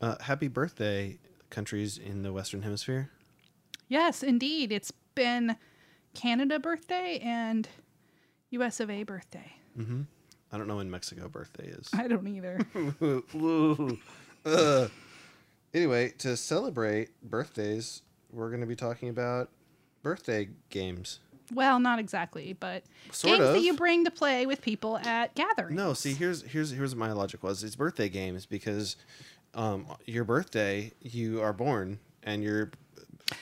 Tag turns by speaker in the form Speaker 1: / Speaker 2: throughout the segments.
Speaker 1: Uh, happy birthday, countries in the Western Hemisphere.
Speaker 2: Yes, indeed. It's been Canada birthday and US of A birthday.
Speaker 1: I don't know when Mexico birthday is.
Speaker 2: I don't either.
Speaker 1: Uh, anyway, to celebrate birthdays, we're going to be talking about birthday games.
Speaker 2: well, not exactly, but
Speaker 1: Sort
Speaker 2: games that
Speaker 1: of.
Speaker 2: you bring to play with people at gatherings.
Speaker 1: No, see, here's here's here's what my logic was. It's birthday games because um, your birthday, you are born, and your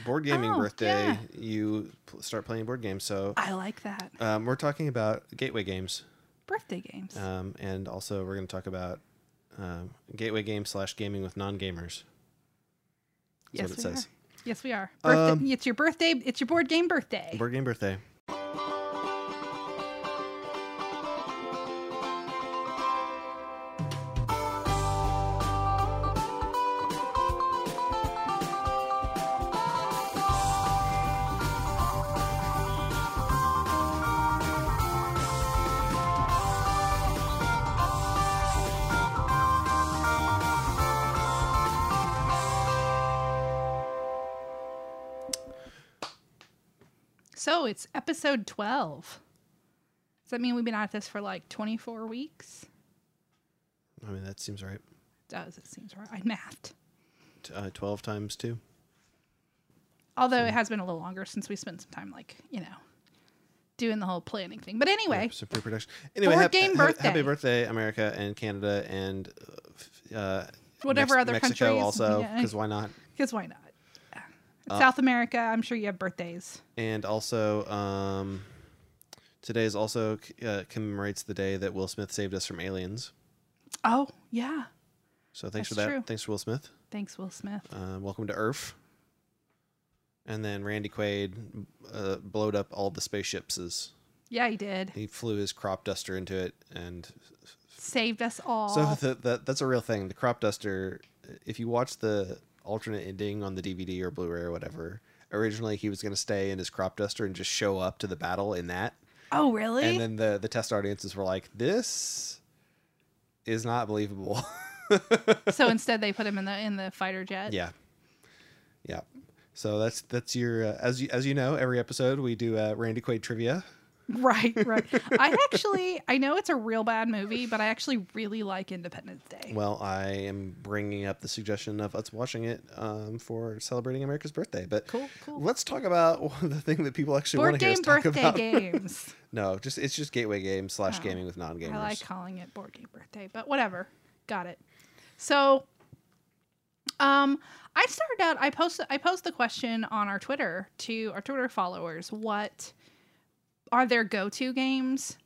Speaker 1: board gaming
Speaker 2: Oh,
Speaker 1: birthday,
Speaker 2: yeah.
Speaker 1: you pl- start playing board games. So
Speaker 2: I like that.
Speaker 1: um, we're talking about gateway games,
Speaker 2: Birthday games.
Speaker 1: um, and also we're going to talk about um, gateway games slash gaming with non gamers.
Speaker 2: yes,
Speaker 1: what it
Speaker 2: we
Speaker 1: says.
Speaker 2: are. Yes, we are. Birthday,
Speaker 1: Um,
Speaker 2: it's your birthday. It's your board game birthday.
Speaker 1: Board game birthday.
Speaker 2: so it's episode 12. Does that mean we've been at this for like 24 weeks?
Speaker 1: I mean, that seems right.
Speaker 2: Does it seems right? I mathed.
Speaker 1: T- Uh, Twelve times two.
Speaker 2: Although it has been a little longer since we spent some time, like, you know, doing the whole planning thing. But anyway,
Speaker 1: So pre-production. Anyway,
Speaker 2: Board
Speaker 1: hap-
Speaker 2: game
Speaker 1: ha-
Speaker 2: birthday.
Speaker 1: happy birthday, America and Canada and uh, f- uh,
Speaker 2: Whatever other
Speaker 1: Mexico
Speaker 2: countries,
Speaker 1: also
Speaker 2: yeah.
Speaker 1: because why not?
Speaker 2: because why not? Yeah. It's
Speaker 1: Uh,
Speaker 2: South America, I'm sure you have birthdays.
Speaker 1: And also, um, today is also uh, commemorates the day that Will Smith saved us from aliens.
Speaker 2: Oh, yeah.
Speaker 1: So thanks
Speaker 2: That's
Speaker 1: for that.
Speaker 2: true.
Speaker 1: Thanks, Will Smith.
Speaker 2: Thanks, Will Smith.
Speaker 1: Uh, welcome to Earth. And then Randy Quaid uh, blowed up all the spaceships.
Speaker 2: Yeah, he did.
Speaker 1: He flew his crop duster into it, and
Speaker 2: Saved us all.
Speaker 1: so that that that's a real thing. The crop duster. If you watch the alternate ending on the DVD or Blu-ray or whatever, originally he was going to stay in his crop duster and just show up to the battle in that.
Speaker 2: oh, really?
Speaker 1: And then the the test audiences were like, "This is not believable."
Speaker 2: so instead, they put him in the in the fighter jet.
Speaker 1: yeah, yeah. So that's that's your uh, as you as you know, every episode we do uh, Randy Quaid trivia.
Speaker 2: Right, right. I actually, I know it's a real bad movie, but I actually really like Independence Day.
Speaker 1: Well, I am bringing up the suggestion of us watching it um, for celebrating America's birthday. But
Speaker 2: Cool, cool.
Speaker 1: let's talk about the thing that people actually want
Speaker 2: board
Speaker 1: to hear us
Speaker 2: game
Speaker 1: talk
Speaker 2: birthday
Speaker 1: about.
Speaker 2: games.
Speaker 1: No, just it's just gateway games slash
Speaker 2: Oh.
Speaker 1: gaming with non gamers.
Speaker 2: I like calling it board game birthday, but whatever. Got it. So, um, I started out. I posted. I posed the question on our Twitter to our Twitter followers. What are their go-to games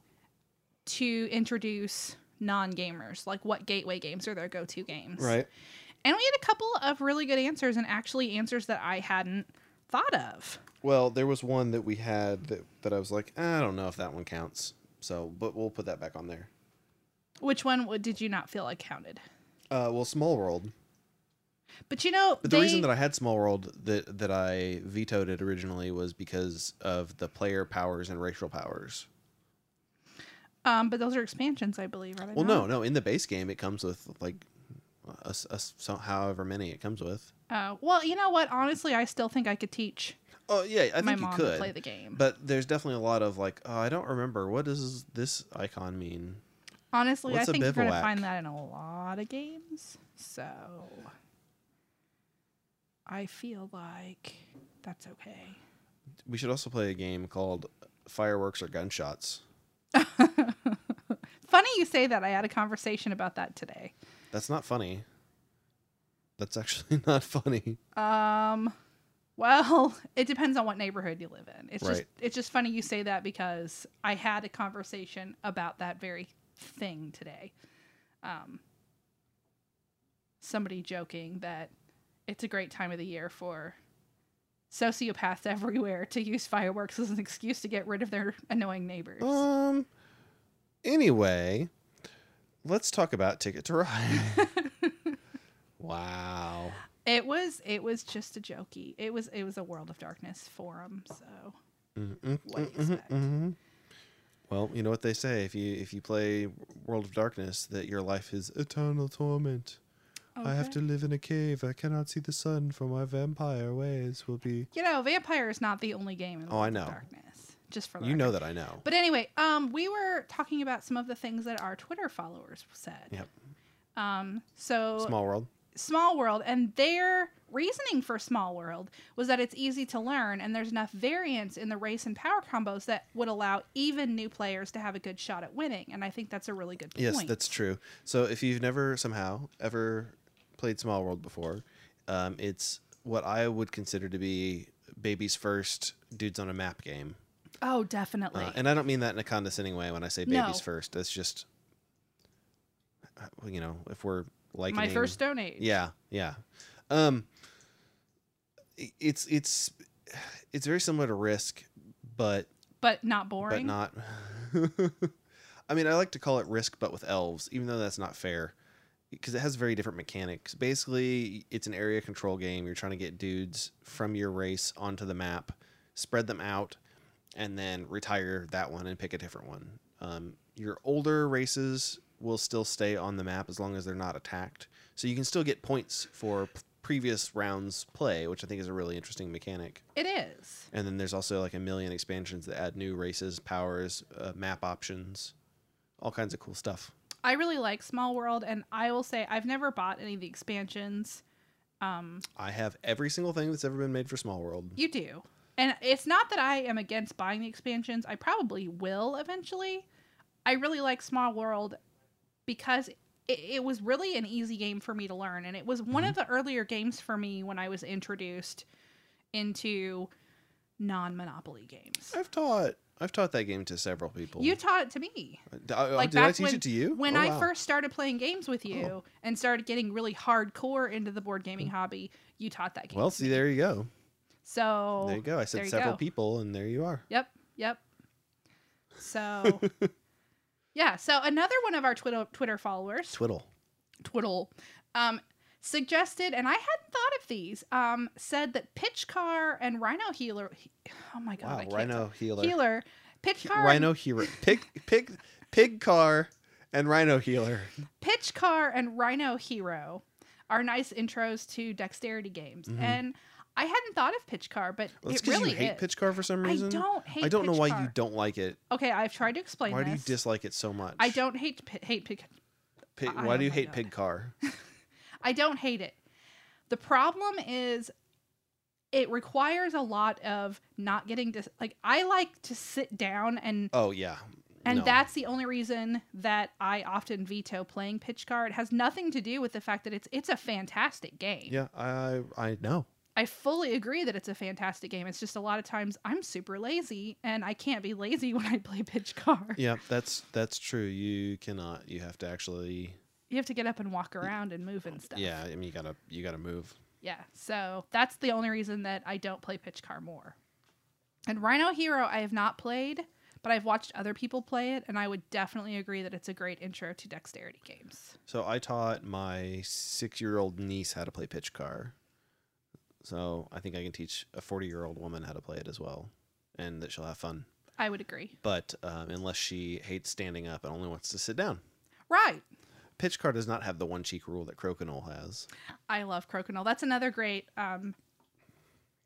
Speaker 2: to introduce non-gamers? Like, what gateway games are their go-to games?
Speaker 1: right.
Speaker 2: And we had a couple of really good answers, and actually answers that I hadn't thought of.
Speaker 1: Well, there was one that we had that, that I was like, I don't know if that one counts. So, but we'll put that back on there.
Speaker 2: Which one w- did you not feel like counted?
Speaker 1: Uh, well, Small World.
Speaker 2: But you know,
Speaker 1: But the
Speaker 2: they-
Speaker 1: reason that I had Small World that that I vetoed it originally was because of the player powers and racial powers.
Speaker 2: um, but those are expansions, I believe. Are they
Speaker 1: Well,
Speaker 2: not?
Speaker 1: no, no. In the base game, it comes with like, a s a s so however many it comes with.
Speaker 2: Uh, well, you know what? Honestly, I still think I could teach
Speaker 1: Oh yeah, I
Speaker 2: my
Speaker 1: think you
Speaker 2: mom
Speaker 1: could.
Speaker 2: to play the game.
Speaker 1: But there's definitely a lot of like, oh, I don't remember what does this icon mean.
Speaker 2: Honestly, I
Speaker 1: what's a
Speaker 2: think you're going to
Speaker 1: bivouac?
Speaker 2: find that in a lot of games. So I feel like that's okay.
Speaker 1: We should also play a game called Fireworks or Gunshots.
Speaker 2: Funny you say that. I had a conversation about that today.
Speaker 1: That's not funny. That's actually not funny.
Speaker 2: Um, well, it depends on what neighborhood you live in. It's just
Speaker 1: Right.
Speaker 2: it's just funny you say that because I had a conversation about that very thing today. Um, somebody joking that it's a great time of the year for sociopaths everywhere to use fireworks as an excuse to get rid of their annoying neighbors.
Speaker 1: Um. Anyway, let's talk about Ticket to Ride. wow.
Speaker 2: It was it was just a jokey. It was it was a World of Darkness forum, so
Speaker 1: Mm-mm,
Speaker 2: What do you
Speaker 1: mm-mm,
Speaker 2: expect?
Speaker 1: mhm. Mm-hmm, Well, you know what they say if you if you play World of Darkness that your life is eternal torment. I have
Speaker 2: Okay.
Speaker 1: to live in a cave. I cannot see the sun, for my vampire ways will be.
Speaker 2: You know, Vampire is not the only game in
Speaker 1: Oh, I
Speaker 2: World of
Speaker 1: know.
Speaker 2: Darkness. Just for the
Speaker 1: You know
Speaker 2: record.
Speaker 1: that I know.
Speaker 2: But anyway, um, we were talking about some of the things that our Twitter followers said.
Speaker 1: Yep.
Speaker 2: Um, so
Speaker 1: Small world.
Speaker 2: Small World, and their reasoning for Small World was that it's easy to learn, and there's enough variance in the race and power combos that would allow even new players to have a good shot at winning. And I think that's a really good point.
Speaker 1: Yes, that's true. So if you've never somehow ever played Small World before, um, it's what I would consider to be baby's first dudes on a map game.
Speaker 2: oh, definitely.
Speaker 1: Uh, and I don't mean that in a condescending way when I say babies
Speaker 2: No.
Speaker 1: first. It's just, uh, you know, if we're like
Speaker 2: My first Stone Age.
Speaker 1: Yeah, yeah. Um, i- it's it's it's very similar to Risk, but
Speaker 2: but not boring.
Speaker 1: but not. I mean, I like to call it Risk, but with elves, even though that's not fair, because it has very different mechanics. Basically, it's an area control game. You're trying to get dudes from your race onto the map, spread them out, and then retire that one and pick a different one. Um, your older races will still stay on the map as long as they're not attacked. So you can still get points for p- previous rounds play, which I think is a really interesting mechanic.
Speaker 2: It is.
Speaker 1: And then there's also like a million expansions that add new races, powers, uh, map options, all kinds of cool stuff.
Speaker 2: I really like Small World, and I will say I've never bought any of the expansions. Um,
Speaker 1: I have every single thing that's ever been made for Small World.
Speaker 2: you do. And it's not that I am against buying the expansions. I probably will eventually. I really like Small World because it, it was really an easy game for me to learn. And it was one of the earlier games for me when I was introduced into non Monopoly games.
Speaker 1: I've taught I've taught that game to several people.
Speaker 2: You taught it to me.
Speaker 1: D- I- I-
Speaker 2: like
Speaker 1: did I
Speaker 2: back
Speaker 1: teach
Speaker 2: when-
Speaker 1: it to you?
Speaker 2: when
Speaker 1: Oh,
Speaker 2: I
Speaker 1: wow. Oh.
Speaker 2: first started playing games with you and started getting really hardcore into the board gaming hobby, you taught that game.
Speaker 1: Mm-hmm. Well,
Speaker 2: to
Speaker 1: see,
Speaker 2: me.
Speaker 1: there you go.
Speaker 2: So
Speaker 1: There you go. I
Speaker 2: there
Speaker 1: said
Speaker 2: you
Speaker 1: several
Speaker 2: go.
Speaker 1: people, and there you are.
Speaker 2: Yep, yep. So yeah, so another one of our Twitter Twitter followers,
Speaker 1: Twiddle.
Speaker 2: Twiddle, um, suggested, and I hadn't thought of these. Um, said that Pitch Car and Rhino Healer. Oh my god, I
Speaker 1: Wow,
Speaker 2: can't
Speaker 1: Rhino healer.
Speaker 2: talk. Healer, Pitch Car, and-
Speaker 1: Rhino healer. Pig pig pig car and Rhino healer.
Speaker 2: Pitch Car and Rhino Hero are nice intros to dexterity games.
Speaker 1: Mhm.
Speaker 2: And I hadn't thought of Pitch Car, but
Speaker 1: Well, it's
Speaker 2: it
Speaker 1: because
Speaker 2: really
Speaker 1: you hate
Speaker 2: is.
Speaker 1: pitch car for some
Speaker 2: I
Speaker 1: reason.
Speaker 2: don't hate.
Speaker 1: I don't know
Speaker 2: Pitch
Speaker 1: why
Speaker 2: Car.
Speaker 1: you don't like it.
Speaker 2: Okay, I've tried to explain.
Speaker 1: Why do you
Speaker 2: this.
Speaker 1: dislike it so much?
Speaker 2: I don't hate pi- hate Pitch.
Speaker 1: Pi-
Speaker 2: I
Speaker 1: why
Speaker 2: don't
Speaker 1: do you
Speaker 2: like
Speaker 1: hate
Speaker 2: it.
Speaker 1: pig car?
Speaker 2: I don't hate it. The problem is it requires a lot of not getting dis- like I like to sit down and
Speaker 1: Oh yeah.
Speaker 2: and
Speaker 1: No.
Speaker 2: that's the only reason that I often veto playing pitch card it has nothing to do with the fact that it's it's a fantastic game.
Speaker 1: Yeah, I I know.
Speaker 2: I fully agree that it's a fantastic game. It's just a lot of times I'm super lazy and I can't be lazy when I play pitch card.
Speaker 1: Yeah, that's that's true. You cannot. You have to actually.
Speaker 2: You have to get up and walk around and move and stuff.
Speaker 1: Yeah, I mean you gotta you gotta move.
Speaker 2: Yeah. So that's the only reason that I don't play Pitch Car more. And Rhino Hero, I have not played, but I've watched other people play it, and I would definitely agree that it's a great intro to dexterity games.
Speaker 1: So I taught my six year old niece how to play pitch car. So I think I can teach a forty year old woman how to play it as well, and that she'll have fun.
Speaker 2: I would agree.
Speaker 1: But um, unless she hates standing up and only wants to sit down,
Speaker 2: Right.
Speaker 1: pitch car does not have the one cheek rule that crokinole has.
Speaker 2: I love Crokinole. That's another great um,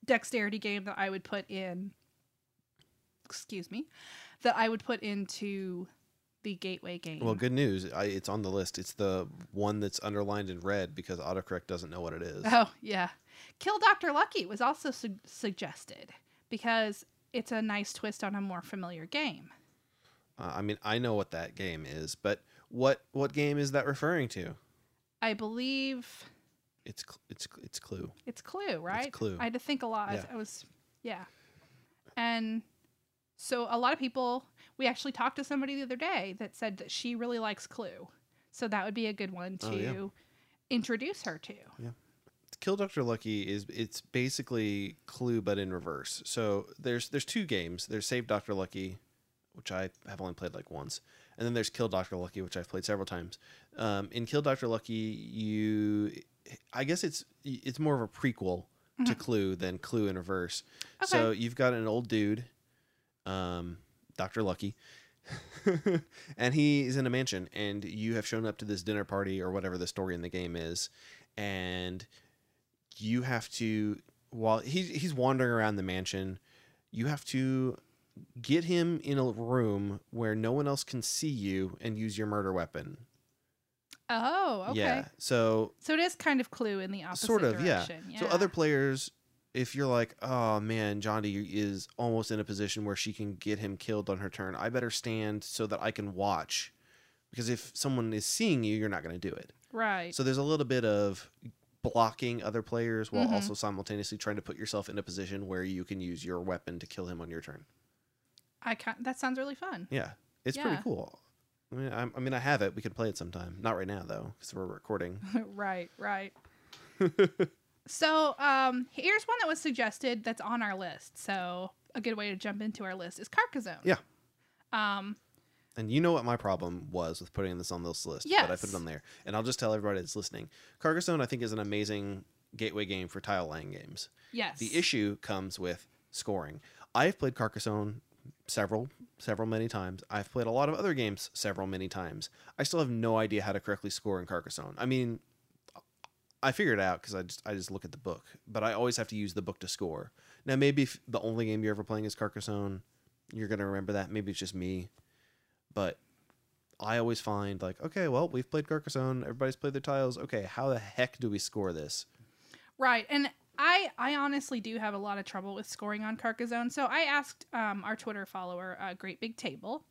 Speaker 2: dexterity game that I would put in. Excuse me. That I would put into the gateway game.
Speaker 1: Well, good news. I, it's on the list. It's the one that's underlined in red because autocorrect doesn't know what it is.
Speaker 2: Oh, yeah. Kill Dr. Lucky was also su- suggested because it's a nice twist on a more familiar game.
Speaker 1: Uh, I mean, I know what that game is, but what what game is that referring to?
Speaker 2: I believe
Speaker 1: It's Cl- it's Cl- it's Clue.
Speaker 2: it's Clue, right?
Speaker 1: Clue.
Speaker 2: I had to think a lot. I-
Speaker 1: Yeah.
Speaker 2: I was, yeah. And so a lot of people, we actually talked to somebody the other day that said that she really likes Clue. So that would be a good one to
Speaker 1: Oh, yeah.
Speaker 2: introduce her to.
Speaker 1: Kill Dr. Lucky is it's basically Clue but in reverse. So there's there's two games. There's Save Dr. Lucky, which I have only played like once, and then there's Kill Dr. Lucky, which I've played several times. Um, in Kill Dr. Lucky, you I guess it's it's more of a prequel to Clue than Clue in reverse. So you've got an old dude, um, Dr. Lucky, and he is in a mansion, and you have shown up to this dinner party or whatever the story in the game is, and you have to while he, he's wandering around the mansion, you have to get him in a room where no one else can see you and use your murder weapon.
Speaker 2: Oh, okay.
Speaker 1: Yeah. So
Speaker 2: So it is kind of clue in the opposite
Speaker 1: Sort of, yeah.
Speaker 2: direction.
Speaker 1: So other players, if you're like, oh man, Johnny is almost in a position where she can get him killed on her turn, I better stand so that I can watch. Because if someone is seeing you, you're not going to do it.
Speaker 2: right.
Speaker 1: So there's a little bit of blocking other players while
Speaker 2: Mhm.
Speaker 1: also simultaneously trying to put yourself in a position where you can use your weapon to kill him on your turn.
Speaker 2: I can that sounds really fun.
Speaker 1: Yeah, it's pretty
Speaker 2: Yeah.
Speaker 1: cool. I mean, I, I mean, I have it. We could play it sometime. Not right now though, because we're recording.
Speaker 2: right, right. so um here's one that was suggested that's on our list. So a good way to jump into our list is Carcassonne.
Speaker 1: Yeah.
Speaker 2: Um
Speaker 1: And you know what my problem was with putting this on this list, but I put
Speaker 2: Yes.
Speaker 1: it on there. And I'll just tell everybody that's listening. Carcassonne, I think, is an amazing gateway game for tile laying games.
Speaker 2: yes.
Speaker 1: The issue comes with scoring. I've played Carcassonne several, several many times. I've played a lot of other games several many times. I still have no idea how to correctly score in Carcassonne. I mean, I figure it out because I just I just look at the book, but I always have to use the book to score. Now maybe if the only game you're ever playing is Carcassonne, you're gonna remember that. Maybe it's just me, but I always find like, okay, well we've played Carcassonne, everybody's played their tiles. Okay, how the heck do we score this?
Speaker 2: Right. And I I honestly do have a lot of trouble with scoring on Carcassonne. So I asked um, our Twitter follower, uh, Great Big Table,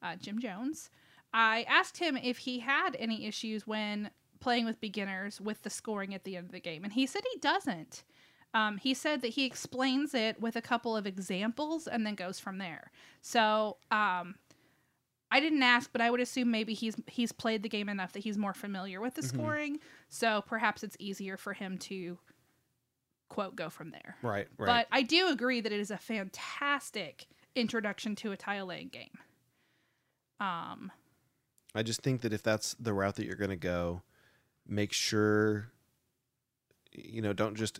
Speaker 2: uh, Jim Jones. I asked him if he had any issues when playing with beginners with the scoring at the end of the game, and he said he doesn't. Um, he said that he explains it with a couple of examples and then goes from there. So um, I didn't ask, but I would assume maybe he's he's played the game enough that he's more familiar with the
Speaker 1: Mhm.
Speaker 2: scoring. So perhaps it's easier for him to quote go from there.
Speaker 1: Right, right.
Speaker 2: But I do agree that it is a fantastic introduction to a tile laying game. Um,
Speaker 1: I just think that if that's the route that you're going to go, make sure you know, don't just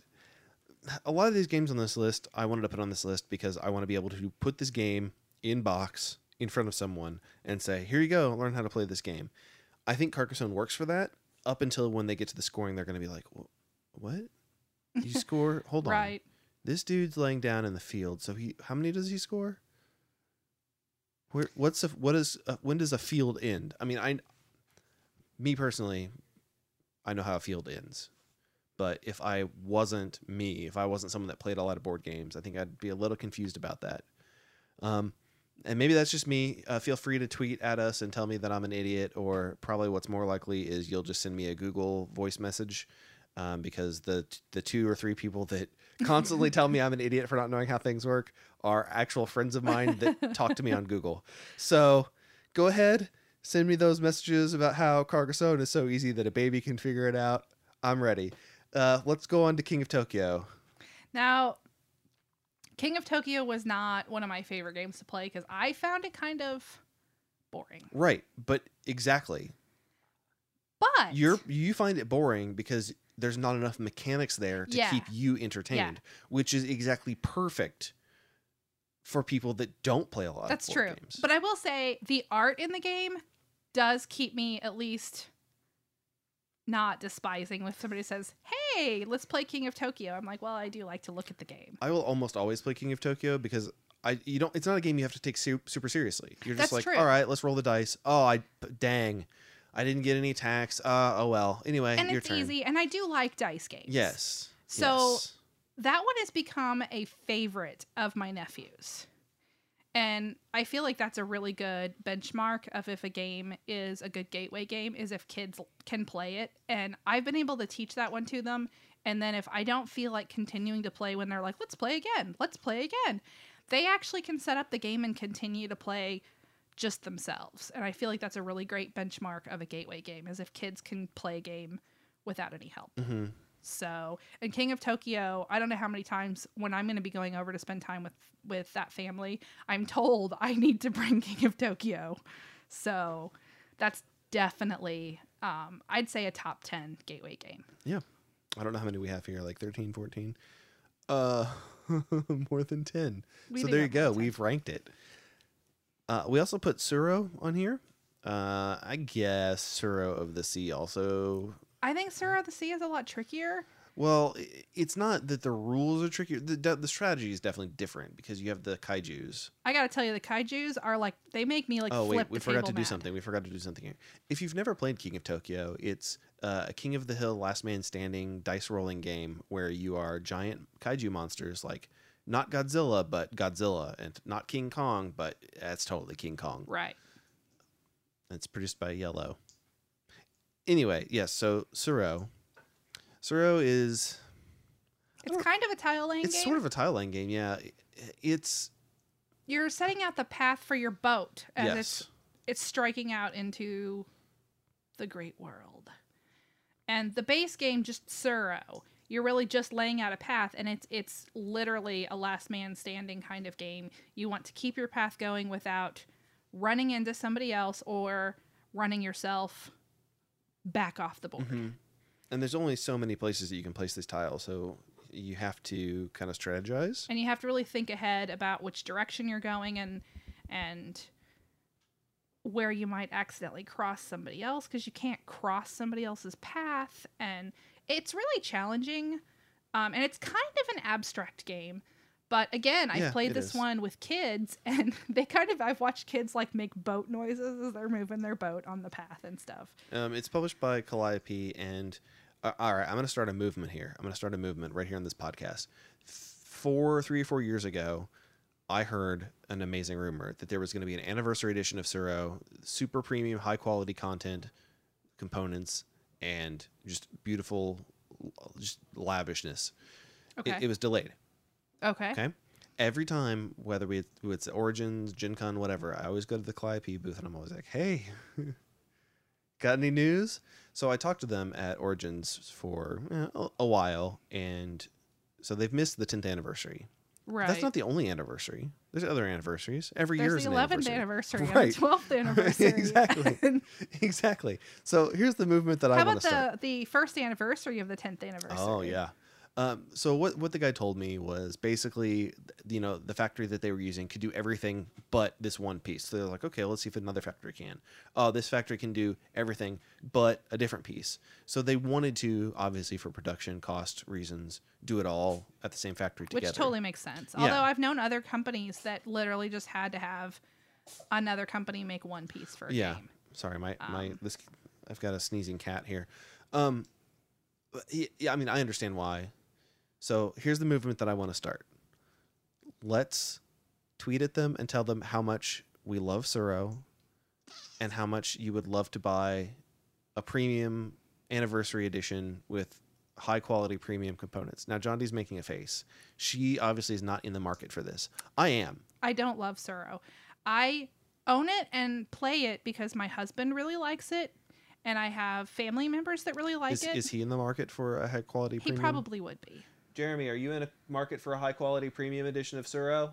Speaker 1: a lot of these games on this list, I wanted to put on this list because I want to be able to put this game in box in front of someone and say, "Here you go, learn how to play this game." I think Carcassonne works for that up until when they get to the scoring they're going to be like, "Wh- "What? You score? Hold on.
Speaker 2: right.
Speaker 1: This dude's laying down in the field. So he, how many does he score? Where, what's a, what is uh, when does a field end? I mean, I, me personally, I know how a field ends, but if I wasn't me, if I wasn't someone that played a lot of board games, I think I'd be a little confused about that. Um, and maybe that's just me. Uh, feel free to tweet at us and tell me that I'm an idiot, or probably what's more likely is you'll just send me a Google voice message, um, because the the two or three people that constantly tell me I'm an idiot for not knowing how things work are actual friends of mine that talk to me on Google. So go ahead, send me those messages about how Carcassonne is so easy that a baby can figure it out. I'm ready. Uh, let's go on to King of Tokyo.
Speaker 2: Now, King of Tokyo was not one of my favorite games to play because I found it kind of boring.
Speaker 1: Right, but exactly.
Speaker 2: But
Speaker 1: You're you find it boring because there's not enough mechanics there to
Speaker 2: Yeah.
Speaker 1: keep you entertained, which is exactly perfect for people that don't play a lot
Speaker 2: that's
Speaker 1: of board
Speaker 2: true.
Speaker 1: games.
Speaker 2: But I will say the art in the game does keep me at least not despising when somebody says, "Hey, let's play King of Tokyo." I'm like, "Well, I do like to look at the game."
Speaker 1: I will almost always play King of Tokyo because I you don't. It's not a game you have to take su- super seriously. You're just
Speaker 2: That's
Speaker 1: like,
Speaker 2: true.
Speaker 1: all right, let's roll the dice. Oh, I dang, I didn't get any tax. Uh, oh well. Anyway,
Speaker 2: And
Speaker 1: your
Speaker 2: it's
Speaker 1: turn.
Speaker 2: easy, and I do like dice games.
Speaker 1: Yes.
Speaker 2: So-
Speaker 1: yes.
Speaker 2: that one has become a favorite of my nephews. And I feel like that's a really good benchmark of if a game is a good gateway game is if kids l- can play it. And I've been able to teach that one to them. And then if I don't feel like continuing to play when they're like, let's play again, let's play again, they actually can set up the game and continue to play just themselves. And I feel like that's a really great benchmark of a gateway game is if kids can play a game without any help.
Speaker 1: hmm
Speaker 2: So, and King of Tokyo, I don't know how many times when I'm going to be going over to spend time with with that family, I'm told I need to bring King of Tokyo. So, that's definitely um I'd say a top 10 gateway game.
Speaker 1: I don't know how many we have here, like 13, 14. Uh, more than 10.
Speaker 2: We
Speaker 1: so
Speaker 2: did
Speaker 1: there you
Speaker 2: get
Speaker 1: go.
Speaker 2: one.
Speaker 1: We've ranked it. Uh, we also put Suro on here. Uh, I guess Suro of the Sea also
Speaker 2: I think Sir of the Sea is a lot trickier.
Speaker 1: Well, i- it's not that the rules are trickier. The, de- the strategy is definitely different because you have the kaiju's.
Speaker 2: I gotta tell you, the kaiju's are like they make me like.
Speaker 1: oh
Speaker 2: flip
Speaker 1: wait, we
Speaker 2: the
Speaker 1: forgot
Speaker 2: table
Speaker 1: to do
Speaker 2: mad.
Speaker 1: something. We forgot to do something here. If you've never played King of Tokyo, it's uh, a King of the Hill, Last Man Standing dice rolling game where you are giant kaiju monsters like not Godzilla but Godzilla and not King Kong but that's totally King Kong.
Speaker 2: Right.
Speaker 1: It's produced by Yellow. Anyway, yes. So Suro, Suro is
Speaker 2: It's kind of a tile laying
Speaker 1: Oh, it's
Speaker 2: game.
Speaker 1: sort of a tile line game. Yeah, I- it's
Speaker 2: You're setting out the path for your boat, and it's
Speaker 1: yes.
Speaker 2: it's striking out into the great world. And the base game just Suro. You're really just laying out a path, and it's it's literally a last man standing kind of game. You want to keep your path going without running into somebody else or running yourself back off the board.
Speaker 1: Mhm. And there's only so many places that you can place these tiles, so you have to kind of strategize.
Speaker 2: and you have to really think ahead about which direction you're going and and where you might accidentally cross somebody else because you can't cross somebody else's path and it's really challenging um, and it's kind of an abstract game but again i
Speaker 1: Yeah,
Speaker 2: have played
Speaker 1: it
Speaker 2: this
Speaker 1: is.
Speaker 2: one with kids and they kind of i've watched kids like make boat noises as they're moving their boat on the path and stuff
Speaker 1: Um, it's published by Calliope, and uh, all right, I'm going to start a movement here. I'm going to start a movement right here on this podcast. Four, three or four years ago, I heard an amazing rumor that there was going to be an anniversary edition of Suro, super premium, high quality content, components, and just beautiful, just lavishness. It-
Speaker 2: okay
Speaker 1: it was delayed.
Speaker 2: okay
Speaker 1: Okay. Every time, whether we it's Origins, Gen Con, whatever, I always go to the Calliope booth and I'm always like, hey, got any news? So I talked to them at Origins for eh, a- a while. And so they've missed the 10th anniversary.
Speaker 2: right
Speaker 1: That's not the only anniversary. There's other anniversaries. Every year
Speaker 2: there's
Speaker 1: is
Speaker 2: the
Speaker 1: an
Speaker 2: 11th
Speaker 1: anniversary.
Speaker 2: anniversary,
Speaker 1: Right.
Speaker 2: and the 12th anniversary
Speaker 1: Exactly.
Speaker 2: and-
Speaker 1: exactly. So here's the movement that
Speaker 2: How
Speaker 1: I want
Speaker 2: about
Speaker 1: to start.
Speaker 2: the, the first anniversary of the 10th anniversary?
Speaker 1: Oh yeah. Um, so what what the guy told me was basically, th- you know, the factory that they were using could do everything but this one piece. So they're like, okay, let's see if another factory can. Oh, this factory can do everything but a different piece. So they wanted to, obviously, for production cost reasons, do it all at the same factory
Speaker 2: Which
Speaker 1: together.
Speaker 2: totally makes sense.
Speaker 1: Yeah.
Speaker 2: Although I've known other companies that literally just had to have another company make one piece for a
Speaker 1: yeah.
Speaker 2: game.
Speaker 1: Sorry, my my
Speaker 2: Um,
Speaker 1: this I've got a sneezing cat here. Um, but y- yeah, I mean, I understand why. So here's the movement that I want to start. Let's tweet at them and tell them how much we love Suro and how much you would love to buy a premium anniversary edition with high quality premium components. Now John D's making a face. She obviously is not in the market for this. I am.
Speaker 2: I don't love Suro. I own it and play it because my husband really likes it and I have family members that really like
Speaker 1: is,
Speaker 2: it.
Speaker 1: is he in the market for a high quality
Speaker 2: he
Speaker 1: premium?
Speaker 2: probably would be.
Speaker 1: Jeremy, are you in a market for a high quality premium edition of Suro?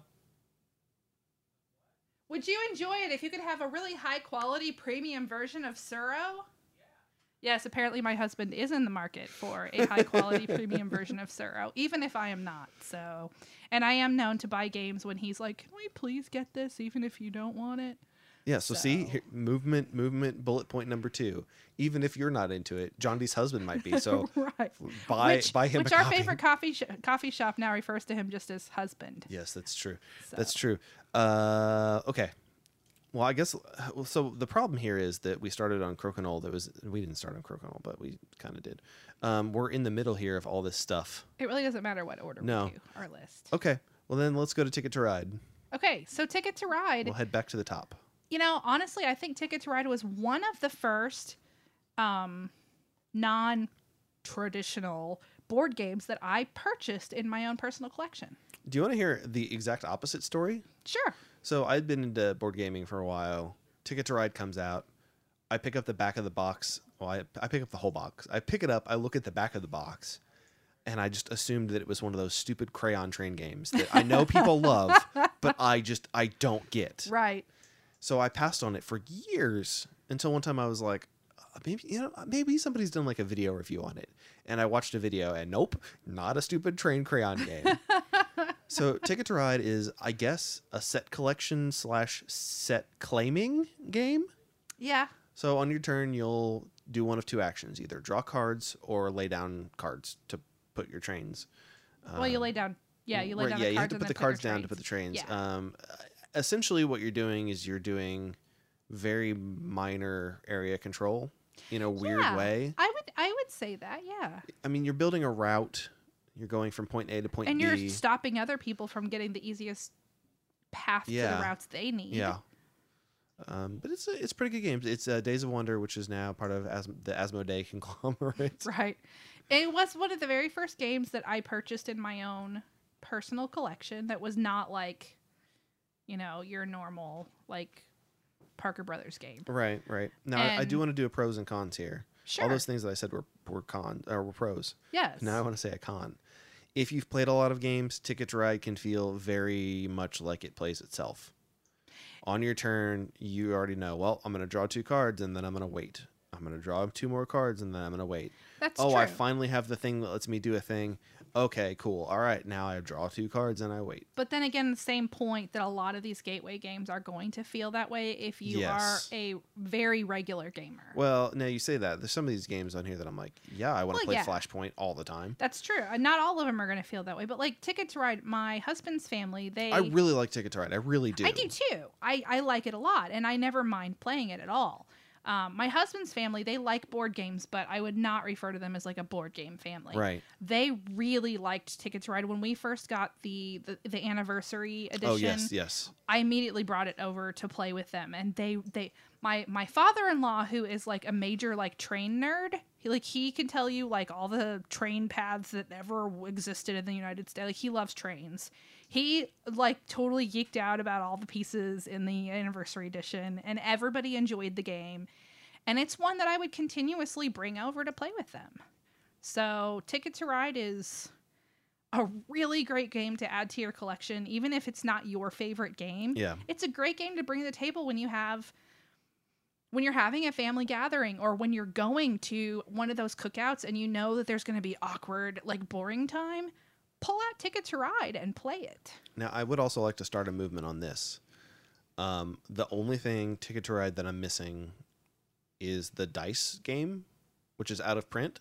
Speaker 2: Would you enjoy it if you could have a really high quality premium version of Suro? Yes, apparently my husband is in the market for a high quality premium version of Suro, even if I am not. So, and I am known to buy games when he's like, "Can we please get this, even if you don't want it?"
Speaker 1: Yeah, so, see,
Speaker 2: So-
Speaker 1: here, movement, movement, bullet point number two. Even if you're not into it, John D's husband might be. So
Speaker 2: right.
Speaker 1: buy buy him
Speaker 2: which
Speaker 1: a
Speaker 2: our
Speaker 1: copy.
Speaker 2: favorite coffee sh- coffee shop now refers to him just as husband.
Speaker 1: Yes, that's true.
Speaker 2: So.
Speaker 1: That's true. Uh, okay. Well, I guess well, so. The problem here is that we started on Crokinole. That was we didn't start on Crokinole, but we kind of did. Um, we're in the middle here of all this stuff.
Speaker 2: It really doesn't matter what order
Speaker 1: No.
Speaker 2: we do our list.
Speaker 1: Okay. Well, then let's go to Ticket to Ride.
Speaker 2: Okay, so Ticket to Ride.
Speaker 1: We'll head back to the top.
Speaker 2: you know, honestly, I think Ticket to Ride was one of the first um, non traditional board games that I purchased in my own personal collection.
Speaker 1: Do you want to hear the exact opposite story?
Speaker 2: Sure.
Speaker 1: So I'd been into board gaming for a while. Ticket to Ride comes out. I pick up the back of the box. Well, I, I pick up the whole box. I pick it up. I look at the back of the box, and I just assumed that it was one of those stupid crayon train games that I know people love, but I just I don't get.
Speaker 2: Right.
Speaker 1: So I passed on it for years until one time I was like, uh, maybe you know, maybe somebody's done like a video review on it. And I watched a video, and nope, not a stupid train crayon game. so Ticket to Ride is, I guess, a set collection slash set claiming game.
Speaker 2: Yeah.
Speaker 1: So on your turn, you'll do one of two actions: either draw cards or lay down cards to put your trains.
Speaker 2: well, you lay down. Yeah, you lay
Speaker 1: Um, Right,
Speaker 2: down.
Speaker 1: yeah,
Speaker 2: the
Speaker 1: you have
Speaker 2: cards
Speaker 1: to
Speaker 2: and
Speaker 1: put
Speaker 2: then
Speaker 1: the cards
Speaker 2: your
Speaker 1: down to put the
Speaker 2: trains.
Speaker 1: trains.
Speaker 2: Yeah.
Speaker 1: Um, essentially, what you're doing is you're doing very minor area control in a weird
Speaker 2: Yeah.
Speaker 1: way.
Speaker 2: I would I would say that. Yeah,
Speaker 1: I mean, you're building a route. You're going from point A to point
Speaker 2: and
Speaker 1: B.
Speaker 2: you're stopping other people from getting the easiest path to
Speaker 1: Yeah.
Speaker 2: the routes they need.
Speaker 1: Yeah. Um, but it's a, it's a pretty good game. It's uh, Days of Wonder, which is now part of As- the Asmodee conglomerate.
Speaker 2: Right. It was one of the very first games that I purchased in my own personal collection that was not like, you know, your normal like Parker Brothers game.
Speaker 1: Right, right. Now I, I do
Speaker 2: And-
Speaker 1: want to do a pros and cons here.
Speaker 2: Sure.
Speaker 1: All those things that I said were were cons or were pros.
Speaker 2: yes.
Speaker 1: Now I want to say a con. If you've played a lot of games, Ticket to Ride can feel very much like it plays itself. On your turn, you already know. Well, I'm going to draw two cards and then I'm going to wait. I'm going to draw two more cards and then I'm going to wait.
Speaker 2: That's
Speaker 1: oh,
Speaker 2: true.
Speaker 1: I finally have the thing that lets me do a thing. Okay, cool. All right, now I draw two cards and I wait.
Speaker 2: but then again, the same point that a lot of these gateway games are going to feel that way if you
Speaker 1: Yes.
Speaker 2: are a very regular gamer.
Speaker 1: Well, now you say that. There's some of these games on here that I'm like, yeah, I want
Speaker 2: Well,
Speaker 1: to play
Speaker 2: yeah.
Speaker 1: Flashpoint all the time.
Speaker 2: That's true. And Not all of them are going to feel that way, but like Ticket to Ride, my husband's family, they
Speaker 1: I really like Ticket to Ride. I really do.
Speaker 2: I do too. I, I like it a lot, and I never mind playing it at all. Um, my husband's family, they like board games, but I would not refer to them as like a board game family.
Speaker 1: Right.
Speaker 2: They really liked Ticket to Ride. When we first got the the, the anniversary edition,
Speaker 1: Oh yes, yes.
Speaker 2: I immediately brought it over to play with them, and they they my my father in law who is like a major like train nerd, he like he can tell you like all the train paths that ever w- existed in the United States. Like he loves trains. He like totally geeked out about all the pieces in the anniversary edition, and everybody enjoyed the game. And it's one that I would continuously bring over to play with them. So Ticket to Ride is a really great game to add to your collection, even if it's not your favorite game.
Speaker 1: Yeah.
Speaker 2: It's a great game to bring to the table when you have when you're having a family gathering or when you're going to one of those cookouts and you know that there's going to be awkward, like boring time, pull out Ticket to Ride and play it.
Speaker 1: Now, I would also like to start a movement on this. Um, the only thing Ticket to Ride that I'm missing is the dice game, which is out of print.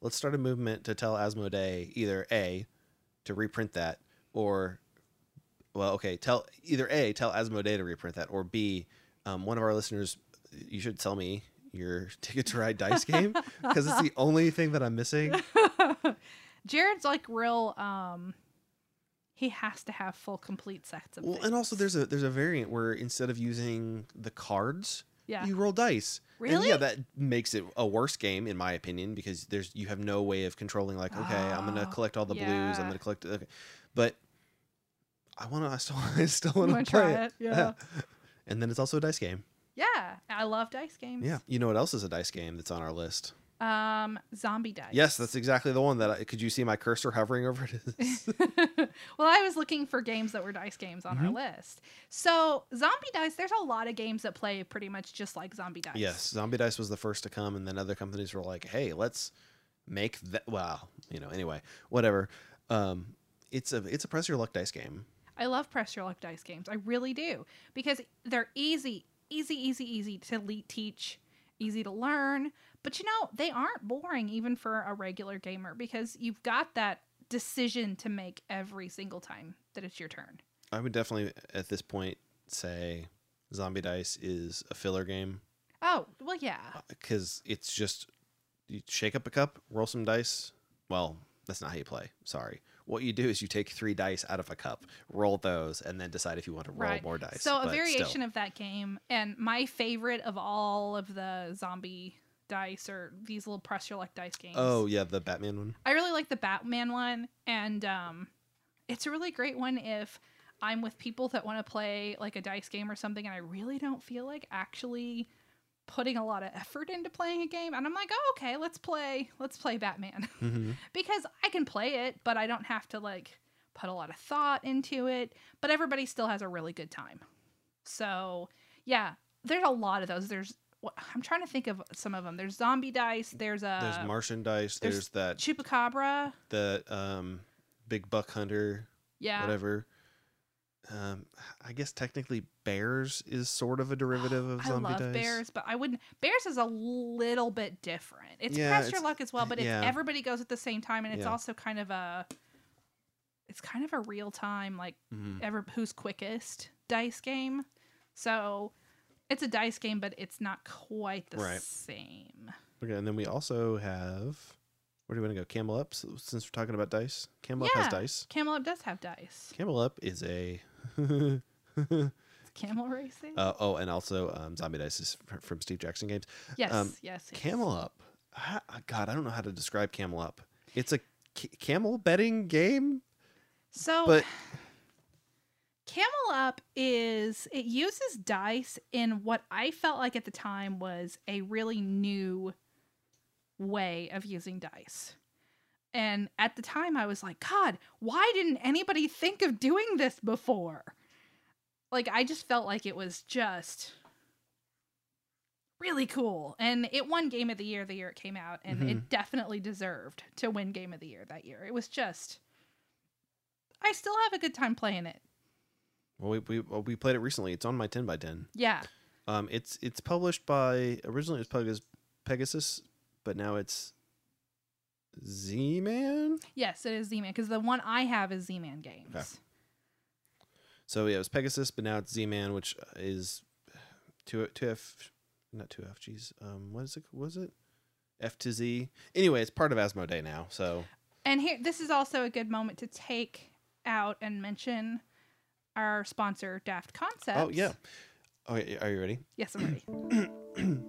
Speaker 1: Let's start a movement to tell Asmodee either A, to reprint that, or, well, okay, tell either A, tell Asmodee to reprint that, or B, um, one of our listeners, you should tell me your Ticket to Ride dice game because it's the only thing that I'm missing.
Speaker 2: Jared's like real um he has to have full complete sets of
Speaker 1: Well,
Speaker 2: things.
Speaker 1: and also there's a there's a variant where instead of using the cards,
Speaker 2: yeah.
Speaker 1: you roll dice. And yeah,
Speaker 2: Really?
Speaker 1: that makes it a worse game in my opinion because there's you have no way of controlling. Like, okay, I'm gonna
Speaker 2: Oh,
Speaker 1: collect all the blues. I'm
Speaker 2: yeah.
Speaker 1: gonna collect. Okay. But I wanna. I still. I still
Speaker 2: You
Speaker 1: wanna
Speaker 2: wanna
Speaker 1: play
Speaker 2: try
Speaker 1: it.
Speaker 2: it? Yeah.
Speaker 1: and then it's also a dice game.
Speaker 2: Yeah, I love dice games.
Speaker 1: Yeah. You know what else is a dice game that's on our list?
Speaker 2: Um, zombie dice.
Speaker 1: Yes, that's exactly the one that. I, could you see my cursor hovering over it?
Speaker 2: well, I was looking for games that were dice games on our list. So, zombie dice, there's a lot of games that play pretty much just like zombie dice.
Speaker 1: yes, Zombie Dice was the first to come, and then other companies were like, "Hey, let's make that." Well, you know. Anyway, whatever. Um, it's a it's a press your luck dice game.
Speaker 2: I love press your luck dice games. I really do because they're easy, easy, easy, easy to le- teach, easy to learn. But you know, they aren't boring even for a regular gamer because you've got that decision to make every single time that it's your turn.
Speaker 1: I would definitely at this point say Zombie Dice is a filler game
Speaker 2: Oh, well, yeah.
Speaker 1: because it's just you shake up a cup, roll some dice. Well, that's not how you play. Sorry. What you do is you take three dice out of a cup, roll those, and then decide if you want to roll more dice.
Speaker 2: So
Speaker 1: but
Speaker 2: a
Speaker 1: still.
Speaker 2: variation of that game, and my favorite of all of the zombie dice or these little press your luck dice games.
Speaker 1: Oh yeah, the Batman one.
Speaker 2: I really like the Batman one, and um, it's a really great one if I'm with people that want to play like a dice game or something, and I really don't feel like actually putting a lot of effort into playing a game, and I'm like, oh, okay, let's play, let's play Batman
Speaker 1: Mhm.
Speaker 2: because I can play it, but I don't have to like put a lot of thought into it. But everybody still has a really good time. So yeah, there's a lot of those. There's what- I'm trying to think of some of them. There's zombie dice. There's a
Speaker 1: there's Martian dice. There's,
Speaker 2: Uh, there's
Speaker 1: that
Speaker 2: chupacabra.
Speaker 1: the um, big buck hunter,
Speaker 2: Yeah,
Speaker 1: whatever. um, I guess technically bears is sort of a derivative of
Speaker 2: I
Speaker 1: zombie
Speaker 2: love
Speaker 1: dice.
Speaker 2: bears, but I wouldn't. Bears is a little bit different. It's
Speaker 1: Yeah,
Speaker 2: press your
Speaker 1: it's-
Speaker 2: luck as well, but it's
Speaker 1: yeah.
Speaker 2: everybody goes at the same time, and it's
Speaker 1: Yeah.
Speaker 2: also kind of a. It's kind of a real time, like
Speaker 1: Mhm.
Speaker 2: ever who's quickest dice game. So, it's a dice game, but it's not quite the
Speaker 1: Right.
Speaker 2: same.
Speaker 1: Okay, and then we also have where do we want to go? Camel Up. So, since we're talking about dice, Camel Up
Speaker 2: Yeah.
Speaker 1: has dice.
Speaker 2: Camelot does have dice.
Speaker 1: Camel Up is a.
Speaker 2: It's camel racing.
Speaker 1: uh, oh, and also um, zombie dice is fr- from Steve Jackson games.
Speaker 2: yes,
Speaker 1: um,
Speaker 2: yes, yes.
Speaker 1: Camel Up. I, I- God, I don't know how to describe Camel Up. It's a c- camel betting game,
Speaker 2: So
Speaker 1: but
Speaker 2: Camel Up is it uses dice in what I felt like at the time was a really new way of using dice. And at the time I was like, god, why didn't anybody think of doing this before? Like I just felt like it was just really cool and it won game of the year the year it came out and it definitely deserved to win game of the year that year. It was just I still have a good time playing it.
Speaker 1: well, we we, well, we played it recently. It's on my ten by ten.
Speaker 2: Yeah.
Speaker 1: Um, it's it's published by originally it was Pegas- Pegasus, but now it's Z Man.
Speaker 2: Yes, it is Z Man because the one I have is Z Man Games.
Speaker 1: Okay. So yeah, it was Pegasus, but now it's Z Man, which uh, is two two F, not two F. Geez, um, what is it? What is it? F to Z. Anyway, it's part of Asmodee now. So
Speaker 2: And here, this is also a good moment to take out and mention our sponsor, Daft Concepts.
Speaker 1: oh yeah. Okay, are you ready?
Speaker 2: Yes, I'm ready.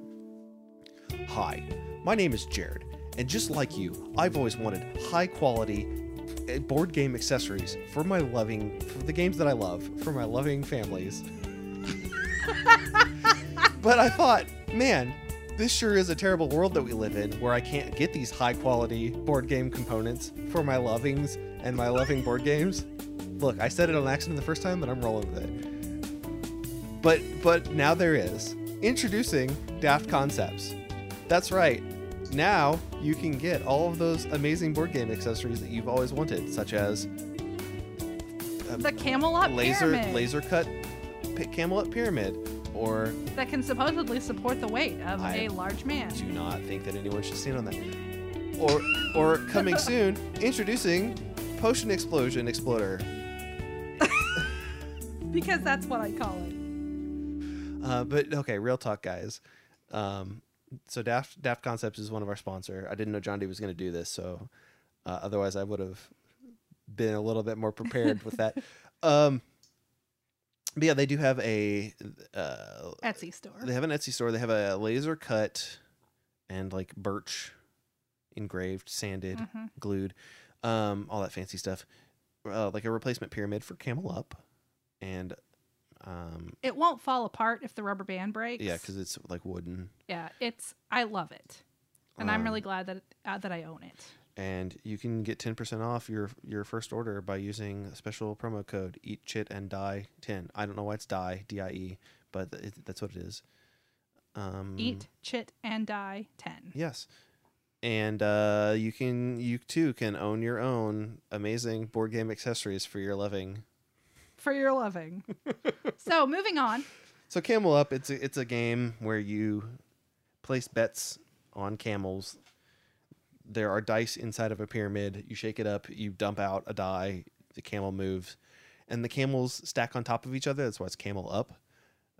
Speaker 1: Hi, my name is Jared, and just like you, I've always wanted high quality uh, board game accessories for my loving, for the games that I love, for my loving families. but I thought, man, this sure is a terrible world that we live in where I can't get these high quality board game components for my lovings and my loving board games. Look, I said it on accident the first time, but I'm rolling with it but but now there is introducing daft concepts that's right now you can get all of those amazing board game accessories that you've always wanted such as
Speaker 2: The Camelot
Speaker 1: laser
Speaker 2: Pyramid
Speaker 1: laser cut p- camelot pyramid or
Speaker 2: that can supposedly support the weight of
Speaker 1: I-
Speaker 2: a large man.
Speaker 1: do not think that anyone should stand on that or or coming soon introducing potion explosion exploder
Speaker 2: Because that's what I call it.
Speaker 1: Uh, but okay, real talk, guys. Um, so Daft Daft Concepts is one of our sponsor. I didn't know John D was going to do this, so uh, otherwise I would have been a little bit more prepared with that. Um, but yeah, they do have a uh,
Speaker 2: Etsy store.
Speaker 1: they have an Etsy store. They have a laser cut and like birch engraved, sanded,
Speaker 2: Mhm.
Speaker 1: glued, um, all that fancy stuff. Uh, like a replacement pyramid for Camel Up, and um,
Speaker 2: It won't fall apart if the rubber band breaks.
Speaker 1: yeah, because it's like wooden.
Speaker 2: yeah, it's I love it, and I'm
Speaker 1: Um,
Speaker 2: really glad that uh, that I own it.
Speaker 1: and you can get 10% off your your first order by using a special promo code eat chit and die 10 i don't know why it's die d-i-e but th- it, that's what it is um
Speaker 2: Eat, chit, and die ten.
Speaker 1: yes and uh you can you too can own your own amazing board game accessories for your loving
Speaker 2: for your loving. so moving on.
Speaker 1: so camel up it's a, it's a game where you place bets on camels there are dice inside of a pyramid you shake it up you dump out a die the camel moves and the camels stack on top of each other that's why it's camel up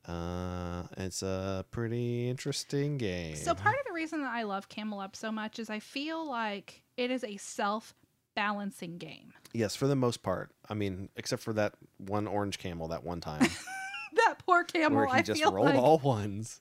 Speaker 1: uh, it's a pretty interesting game
Speaker 2: So part of the reason that I love Camel Up so much is I feel like it is a self balancing game.
Speaker 1: yes for the most part i mean except for that one orange camel that one time
Speaker 2: That poor
Speaker 1: where
Speaker 2: camel,
Speaker 1: he
Speaker 2: I
Speaker 1: just
Speaker 2: feel
Speaker 1: rolled
Speaker 2: like,
Speaker 1: all ones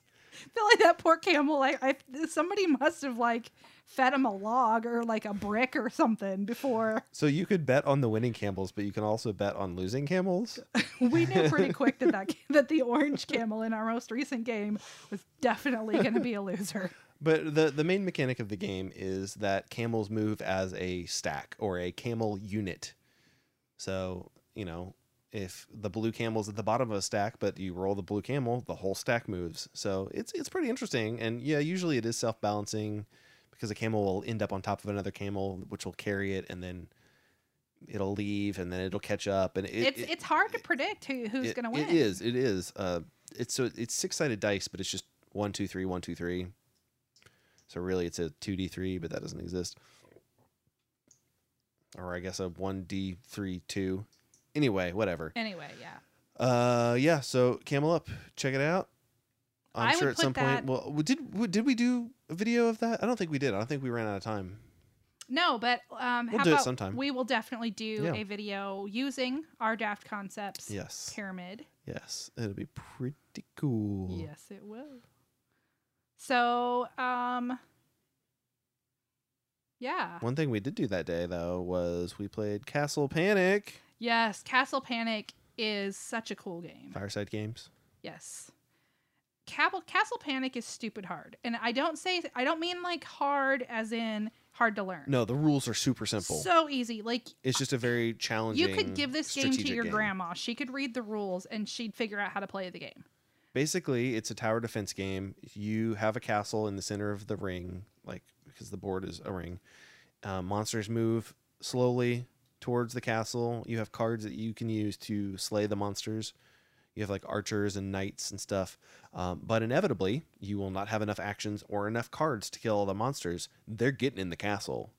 Speaker 2: feel like that poor camel. I, I somebody must have like fed him a log or like a brick or something before.
Speaker 1: so you could bet on the winning camels but you can also bet on losing camels
Speaker 2: We knew pretty quick that that that the orange camel in our most recent game was definitely going to be a loser.
Speaker 1: But the the main mechanic of the game is that camels move as a stack or a camel unit. So, you know, if the blue camel's at the bottom of a stack, but you roll the blue camel, the whole stack moves. So it's it's pretty interesting. And yeah, usually it is self balancing because a camel will end up on top of another camel, which will carry it and then it'll leave and then it'll catch up and it,
Speaker 2: it's
Speaker 1: it-
Speaker 2: it's hard to predict who who's
Speaker 1: it-
Speaker 2: going to win.
Speaker 1: It is. It is. Uh, it's so it's six sided dice, but it's just one, two, three, one, two, three. So really, it's a two d three, but that doesn't exist. Or I guess a one d three two. Anyway, whatever.
Speaker 2: Anyway, yeah.
Speaker 1: Uh, yeah. So Camel Up, check it out. I'm
Speaker 2: I
Speaker 1: sure
Speaker 2: would
Speaker 1: at
Speaker 2: put
Speaker 1: some
Speaker 2: that-
Speaker 1: point. Well, w- did w- did we do a video of that? I don't think we did. I don't think we ran out of time.
Speaker 2: No, but um,
Speaker 1: We'll
Speaker 2: how
Speaker 1: do it
Speaker 2: about
Speaker 1: sometime.
Speaker 2: we will definitely do
Speaker 1: Yeah.
Speaker 2: a video using our draft concepts
Speaker 1: Yes.
Speaker 2: pyramid.
Speaker 1: Yes. It'll be pretty cool.
Speaker 2: Yes, it will. So, um, yeah.
Speaker 1: One thing we did do that day though was we played Castle Panic.
Speaker 2: Yes, Castle Panic is such a cool game.
Speaker 1: Fireside Games.
Speaker 2: Yes. Castle, Castle Panic is stupid hard. And I don't say I don't mean like hard as in hard to learn.
Speaker 1: No, the rules are super simple.
Speaker 2: So easy. Like
Speaker 1: it's just a very challenging.
Speaker 2: you could give this game to
Speaker 1: strategic
Speaker 2: your grandma. She could read the rules and she'd figure out how to play the game.
Speaker 1: Basically, it's a tower defense game. You have a castle in the center of the ring, like because the board is a ring. Uh, monsters move slowly towards the castle. You have cards that you can use to slay the monsters. You have like archers and knights and stuff. Um, but inevitably, you will not have enough actions or enough cards to kill all the monsters. They're getting in the castle.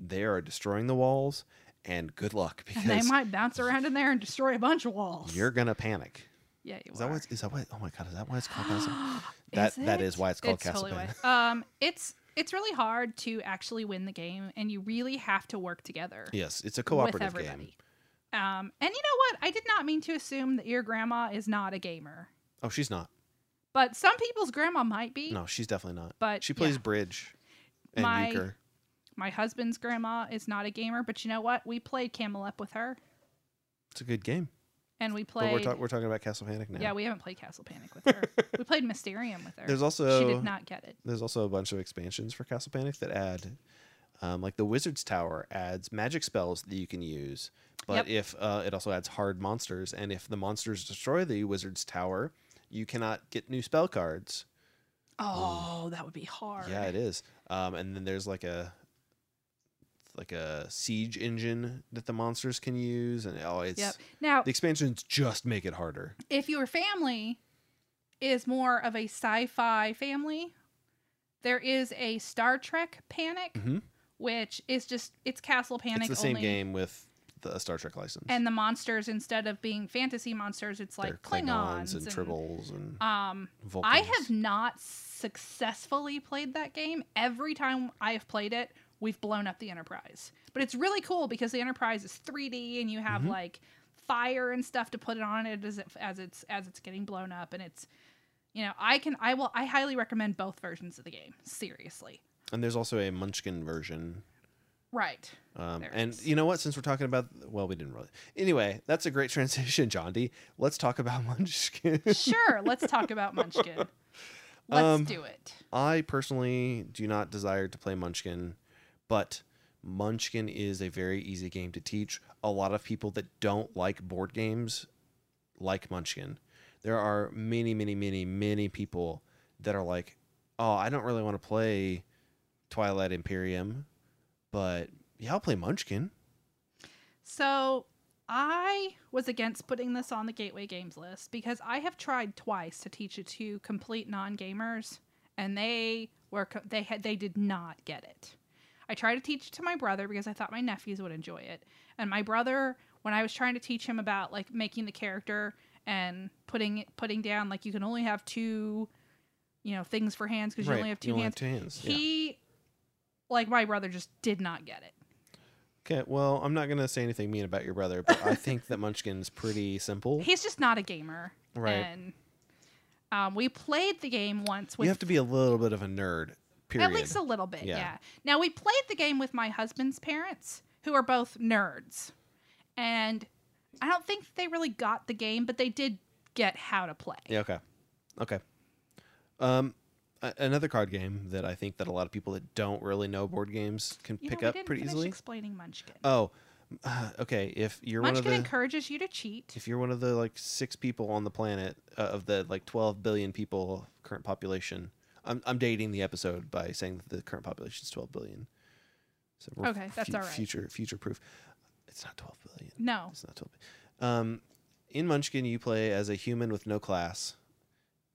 Speaker 1: They are destroying the walls, and good luck because
Speaker 2: And they might bounce around in there and destroy a bunch of walls.
Speaker 1: You're gonna panic.
Speaker 2: yeah, you
Speaker 1: Is that
Speaker 2: are.
Speaker 1: why? It's, is that why? Oh my god! Is that why it's called Castle?
Speaker 2: Is
Speaker 1: That that
Speaker 2: it?
Speaker 1: is why it's called
Speaker 2: It's
Speaker 1: Castle.
Speaker 2: totally
Speaker 1: Panic.
Speaker 2: why. Um, it's it's really hard to actually win the game, and you really have to work together
Speaker 1: Yes, it's a
Speaker 2: with
Speaker 1: cooperative game.
Speaker 2: everybody. Um, and you know what? I did not mean to assume that your grandma is not a gamer,
Speaker 1: Oh, she's not.
Speaker 2: but some people's grandma might be.
Speaker 1: No, she's definitely not.
Speaker 2: But
Speaker 1: she plays
Speaker 2: yeah.
Speaker 1: bridge and
Speaker 2: My-
Speaker 1: euchre.
Speaker 2: My husband's grandma is not a gamer, but you know what? We played Camel Up with her,
Speaker 1: It's a good game.
Speaker 2: and we
Speaker 1: But we're,
Speaker 2: played.
Speaker 1: ta- we're talking about Castle Panic now.
Speaker 2: yeah, we haven't played Castle Panic with her. we played Mysterium with her.
Speaker 1: there's
Speaker 2: she
Speaker 1: also
Speaker 2: did not get it.
Speaker 1: there's also a bunch of expansions for Castle Panic that add, um, like the Wizard's Tower adds magic spells that you can use. But if uh, it also adds hard monsters, and if the monsters destroy the Wizard's Tower, you cannot get new spell cards.
Speaker 2: Oh, that would be hard.
Speaker 1: Yeah, it is. Um, and then there's like a like a siege engine that the monsters can use, and oh, it's
Speaker 2: Yep. Now,
Speaker 1: the expansions just make it harder.
Speaker 2: if your family is more of a sci-fi family, there is a Star Trek Panic,
Speaker 1: Mhm.
Speaker 2: which is just it's Castle Panic.
Speaker 1: it's the same
Speaker 2: only,
Speaker 1: game with the Star Trek license.
Speaker 2: And the monsters, instead of being fantasy monsters, it's
Speaker 1: They're
Speaker 2: like Klingons
Speaker 1: and Tribbles and
Speaker 2: Um,
Speaker 1: Vulcans.
Speaker 2: I have not successfully played that game. Every time I have played it, we've blown up the Enterprise. But it's really cool because the Enterprise is 3D and you have
Speaker 1: Mhm.
Speaker 2: like fire and stuff to put it on it as it as it's as it's getting blown up and it's you know, I can I will I highly recommend both versions of the game. Seriously.
Speaker 1: and there's also a Munchkin version.
Speaker 2: Right.
Speaker 1: Um,
Speaker 2: There it
Speaker 1: and
Speaker 2: is.
Speaker 1: you know what? Since we're talking about well, we didn't really. Anyway, that's a great transition, John D. Let's talk about Munchkin.
Speaker 2: Sure, let's talk about Munchkin. Let's
Speaker 1: Um,
Speaker 2: do it.
Speaker 1: I personally do not desire to play Munchkin, but Munchkin is a very easy game to teach. A lot of people that don't like board games like Munchkin. There are many, many, many, many people that are like, oh, I don't really want to play Twilight Imperium, but yeah, I'll play Munchkin.
Speaker 2: So I was against putting this on the Gateway Games list because I have tried twice to teach it to complete non-gamers, and they were co- they had they did not get it. I tried to teach it to my brother because I thought my nephews would enjoy it, and my brother, when I was trying to teach him about like making the character and putting putting down like you can only have two, you know, things for hands because you only have two hands.
Speaker 1: two hands. yeah.
Speaker 2: He, like my brother, just did not get it.
Speaker 1: Okay, well, I'm not going to say anything mean about your brother, but I think that Munchkin's pretty simple.
Speaker 2: he's just not a gamer.
Speaker 1: Right.
Speaker 2: And um, we played the game once with
Speaker 1: You have to be a little bit of a nerd, period.
Speaker 2: at least a little bit.
Speaker 1: Yeah.
Speaker 2: Yeah. Now we played the game with my husband's parents, who are both nerds, and I don't think they really got the game, but they did get how to play.
Speaker 1: Yeah. Okay. Okay. Um, a- another card game that I think that a lot of people that don't really know board games can
Speaker 2: You know,
Speaker 1: pick
Speaker 2: we
Speaker 1: up
Speaker 2: didn't
Speaker 1: pretty
Speaker 2: finish
Speaker 1: easily.
Speaker 2: Explaining Munchkin.
Speaker 1: Oh, uh, okay. If you're
Speaker 2: Munchkin
Speaker 1: one of the
Speaker 2: encourages you to cheat.
Speaker 1: if you're one of the like six people on the planet uh, of the like 12 billion people current population, I'm I'm dating the episode by saying that the current population is 12 billion. So
Speaker 2: Okay, that's all right.
Speaker 1: Future future proof. It's not 12 billion.
Speaker 2: No.
Speaker 1: It's not 12 billion. Um, in Munchkin, you play as a human with no class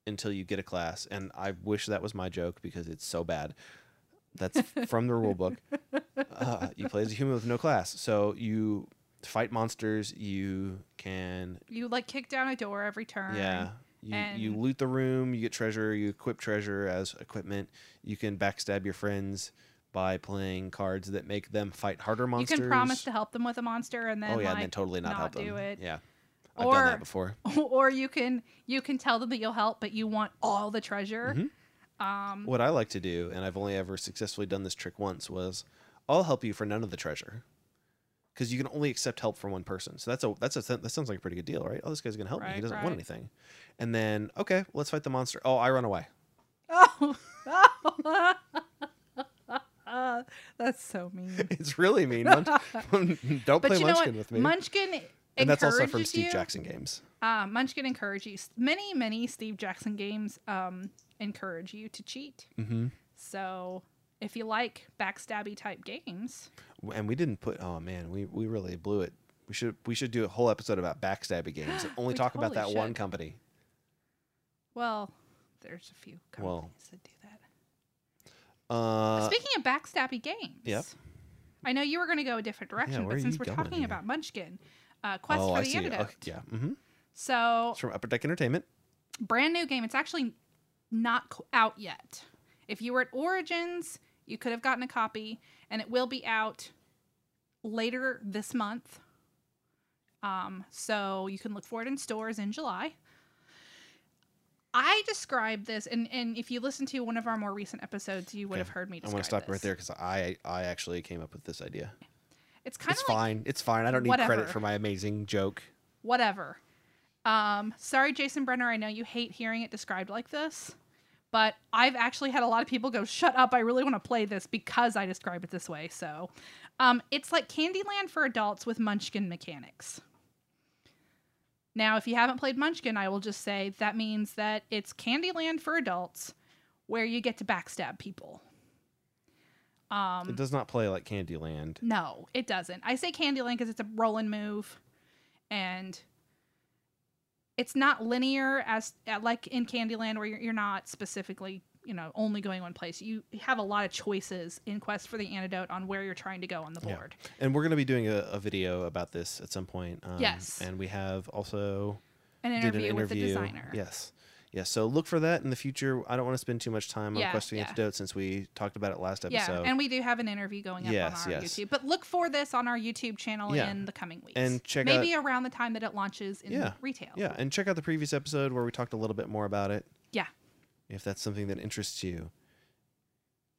Speaker 1: until you get a class. And I wish that was my joke because it's so bad. That's from the rule book. Uh, you play as a human with no class. So you fight monsters. You can,
Speaker 2: You like kick down a door every turn.
Speaker 1: yeah. You, you
Speaker 2: And-
Speaker 1: loot the room, you get treasure, you equip treasure as equipment. You can backstab your friends by playing cards that make them fight harder monsters.
Speaker 2: You can promise to help them with a monster and then
Speaker 1: oh yeah,
Speaker 2: like
Speaker 1: and then totally not,
Speaker 2: not
Speaker 1: help them.
Speaker 2: do it.
Speaker 1: Yeah, I've done
Speaker 2: Or-
Speaker 1: that before.
Speaker 2: or you can you can tell them that you'll help but you want all the treasure. Um
Speaker 1: What I like to do, and I've only ever successfully done this trick once, was I'll help you for none of the treasure, because you can only accept help from one person. So that's a that's a that sounds like a pretty good deal, right? Oh, this guy's gonna help me. He
Speaker 2: Right,
Speaker 1: doesn't
Speaker 2: right.
Speaker 1: want anything. And then okay, let's fight the monster. Oh, I run away.
Speaker 2: oh. uh, that's so mean.
Speaker 1: It's really mean. Munch- Don't
Speaker 2: But
Speaker 1: play
Speaker 2: you know
Speaker 1: Munchkin
Speaker 2: what?
Speaker 1: with me.
Speaker 2: Munchkin
Speaker 1: and that's also from
Speaker 2: encourages
Speaker 1: Steve
Speaker 2: you-
Speaker 1: Jackson games.
Speaker 2: Uh, Munchkin encourages many many Steve Jackson games um encourage you to cheat.
Speaker 1: Mm-hmm.
Speaker 2: So if you like backstabby type games,
Speaker 1: And we didn't put. Oh man, we we really blew it. We should we should do a whole episode about backstabby games. and Only
Speaker 2: We
Speaker 1: talk about that
Speaker 2: totally
Speaker 1: one
Speaker 2: should.
Speaker 1: company.
Speaker 2: well, there's a few companies
Speaker 1: Well,
Speaker 2: that do that.
Speaker 1: Uh,
Speaker 2: Speaking of backstabby games,
Speaker 1: Yep.
Speaker 2: I know you were going to go a different direction,
Speaker 1: where are
Speaker 2: but since
Speaker 1: you
Speaker 2: we're
Speaker 1: going
Speaker 2: talking
Speaker 1: here?
Speaker 2: about Munchkin, uh, Quest
Speaker 1: oh,
Speaker 2: for
Speaker 1: I
Speaker 2: the
Speaker 1: see.
Speaker 2: Antidote.
Speaker 1: Okay, yeah. hmm
Speaker 2: So
Speaker 1: It's from Upper Deck Entertainment.
Speaker 2: brand new game. It's actually not qu- out yet. If you were at Origins, you could have gotten a copy, and it will be out later this month. Um, so you can look for it in stores in July. I described this, and, and if you listen to one of our more recent episodes, you would
Speaker 1: Okay.
Speaker 2: have heard me
Speaker 1: I
Speaker 2: describe
Speaker 1: want to stop right
Speaker 2: this.
Speaker 1: there because I I actually came up with this idea.
Speaker 2: It's kind
Speaker 1: it's
Speaker 2: of like
Speaker 1: fine. It's fine. I don't need credit
Speaker 2: whatever.
Speaker 1: for my amazing joke.
Speaker 2: whatever. Um, sorry, Jason Brenner. I know you hate hearing it described like this, but I've actually had a lot of people go, "Shut up! I really want to play this because I describe it this way." So, um, it's like Candyland for adults with Munchkin mechanics. Now, if you haven't played Munchkin, I will just say that means that it's Candyland for adults, where you get to backstab people. Um,
Speaker 1: It does not play like Candyland.
Speaker 2: no, it doesn't. I say Candyland because it's a roll and move, and it's not linear as uh, like in Candyland where you're, you're not specifically you know only going one place. You have a lot of choices in Quest for the Antidote on where you're trying to go on the
Speaker 1: Yeah.
Speaker 2: board.
Speaker 1: And we're going to be doing a, a video about this at some point. Um,
Speaker 2: Yes.
Speaker 1: And we have also
Speaker 2: An
Speaker 1: did
Speaker 2: interview,
Speaker 1: an
Speaker 2: with the
Speaker 1: interview.
Speaker 2: designer.
Speaker 1: Yes. Yeah. So look for that in the future. I don't want to spend too much time on
Speaker 2: Yeah,
Speaker 1: Quest for the
Speaker 2: yeah.
Speaker 1: Antidote since we talked about it last
Speaker 2: Yeah,
Speaker 1: episode.
Speaker 2: and we do have an interview going up
Speaker 1: Yes,
Speaker 2: on our
Speaker 1: yes.
Speaker 2: YouTube. But look for this on our YouTube channel
Speaker 1: Yeah.
Speaker 2: in the coming weeks.
Speaker 1: And check out-
Speaker 2: maybe around the time that it launches in
Speaker 1: Yeah,
Speaker 2: retail.
Speaker 1: yeah. And check out the previous episode where we talked a little bit more about it.
Speaker 2: Yeah.
Speaker 1: if that's something that interests you.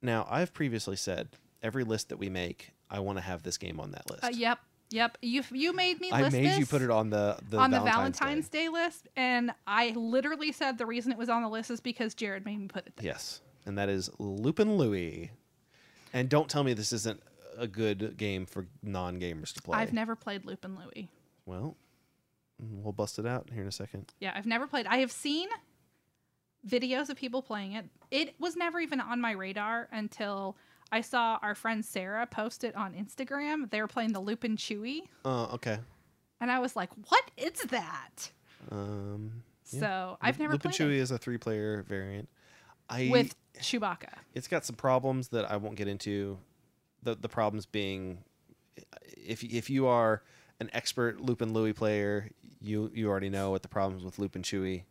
Speaker 1: Now, I've previously said every list that we make, I want to have this game on that list.
Speaker 2: Uh, yep. Yep. You you made me.
Speaker 1: I
Speaker 2: list
Speaker 1: made you
Speaker 2: this.
Speaker 1: put it on the, the
Speaker 2: on the
Speaker 1: Valentine's,
Speaker 2: Valentine's
Speaker 1: Day.
Speaker 2: Day. list, and I literally said the reason it was on the list is because Jared made me put it there.
Speaker 1: Yes, and that is Lupin Louie. And don't tell me this isn't a good game for non-gamers to play.
Speaker 2: I've never played Lupin Louie.
Speaker 1: well, we'll bust it out here in a second.
Speaker 2: Yeah, I've never played. I have seen videos of people playing it. It was never even on my radar until I saw our friend Sarah post it on Instagram. They were playing the Lupin Chewy,
Speaker 1: Oh, okay.
Speaker 2: and I was like, "What is that?"
Speaker 1: Um, Yeah.
Speaker 2: So I've never
Speaker 1: Lupin
Speaker 2: played
Speaker 1: Chewy is a three-player variant. I
Speaker 2: it with Chewbacca.
Speaker 1: it's got some problems that I won't get into. The the problems being, if if you are an expert Lupin Louie player, you you already know what the problems with Lupin Chewy.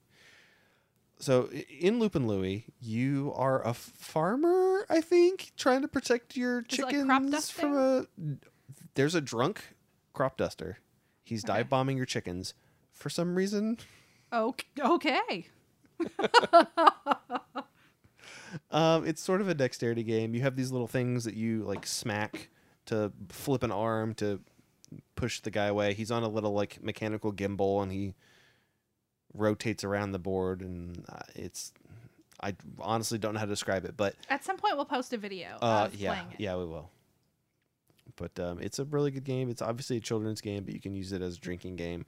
Speaker 1: So i- in Lupin Louie, you are a farmer, I think, trying to protect your
Speaker 2: Is it
Speaker 1: chickens
Speaker 2: like crop
Speaker 1: from a. There's a drunk crop duster. He's
Speaker 2: Okay.
Speaker 1: dive bombing your chickens for some reason.
Speaker 2: Okay. okay.
Speaker 1: Um, it's sort of a dexterity game. You have these little things that you like smack to flip an arm to push the guy away. He's on a little like mechanical gimbal and he rotates around the board and uh, it's I honestly don't know how to describe it, but
Speaker 2: At some point, we'll post a video
Speaker 1: uh,
Speaker 2: of
Speaker 1: yeah,
Speaker 2: playing it.
Speaker 1: yeah, we will. But um, it's a really good game. It's obviously a children's game, but you can use it as a drinking game.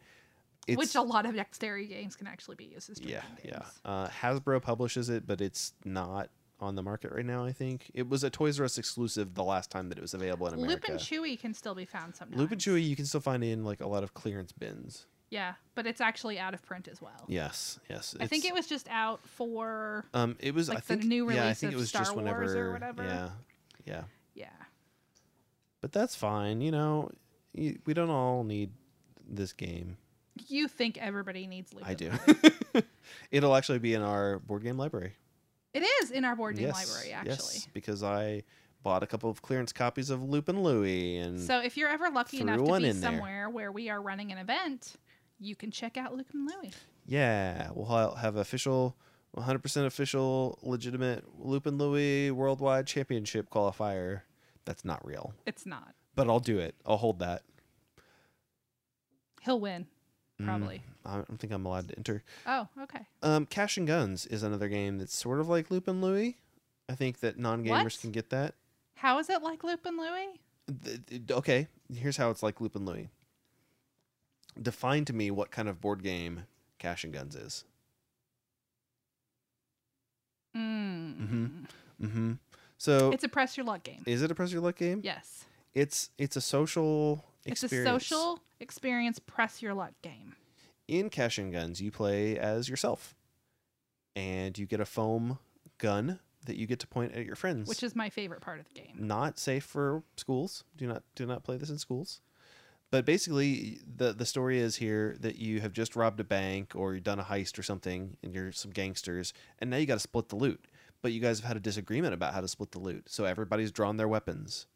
Speaker 1: It's,
Speaker 2: which a lot of dexterity games can actually be used as
Speaker 1: yeah,
Speaker 2: drinking
Speaker 1: yeah.
Speaker 2: games.
Speaker 1: Uh, Hasbro publishes it, but it's not on the market right now. I think it was a Toys R Us exclusive the last time that it was available in
Speaker 2: Loop
Speaker 1: America.
Speaker 2: and Chewy can still be found sometimes.
Speaker 1: Loop and Chewy, you can still find in like a lot of clearance bins.
Speaker 2: Yeah, but it's actually out of print as well.
Speaker 1: Yes, yes.
Speaker 2: I think
Speaker 1: it's-
Speaker 2: it was just out for
Speaker 1: Um, it was
Speaker 2: like
Speaker 1: I
Speaker 2: the
Speaker 1: think
Speaker 2: new
Speaker 1: yeah, I
Speaker 2: release
Speaker 1: think
Speaker 2: of
Speaker 1: it was
Speaker 2: Star
Speaker 1: just
Speaker 2: Wars
Speaker 1: whenever,
Speaker 2: or whatever.
Speaker 1: Yeah, yeah.
Speaker 2: yeah.
Speaker 1: But that's fine. You know, y- we don't all need this game.
Speaker 2: You think everybody needs Loop?
Speaker 1: I
Speaker 2: and
Speaker 1: do.
Speaker 2: Loop.
Speaker 1: It'll actually be in our board game library.
Speaker 2: It is in our board game library actually.
Speaker 1: Yes, because I bought a couple of clearance copies of Loop and Louie, and
Speaker 2: So if you're ever lucky enough
Speaker 1: Mm. Threw
Speaker 2: to
Speaker 1: one
Speaker 2: be
Speaker 1: in there.
Speaker 2: somewhere where we are running an event, you can check out Luke and Louie.
Speaker 1: yeah, we'll ha- have official, 100% official, legitimate Loop and Louie worldwide championship qualifier. That's not real,
Speaker 2: It's not.
Speaker 1: but I'll do it. I'll hold that.
Speaker 2: He'll win
Speaker 1: Mm,
Speaker 2: probably.
Speaker 1: I don't think I'm allowed to enter.
Speaker 2: Oh, okay.
Speaker 1: Um, Cash and Guns is another game that's sort of like Loop and Louie. I think that non
Speaker 2: What?
Speaker 1: gamers can get that.
Speaker 2: How is it like Luke and Louie?
Speaker 1: Th- th- okay, here's how it's like Loop and Louie. Define to me what kind of board game Cash and Guns is.
Speaker 2: Mm.
Speaker 1: Mhm. Mm-hmm. So,
Speaker 2: It's a press your luck game.
Speaker 1: is it a press your luck game?
Speaker 2: yes.
Speaker 1: It's it's a social experience.
Speaker 2: It's a social experience press your luck game.
Speaker 1: in Cash and Guns, you play as yourself, and you get a foam gun that you get to point at your friends,
Speaker 2: Which is my favorite part of the game.
Speaker 1: not safe for schools. Do not do not play this in schools. But basically, the the story is here that you have just robbed a bank or you've done a heist or something, and you're some gangsters, and now you got to split the loot. But you guys have had a disagreement about how to split the loot, so everybody's drawn their weapons.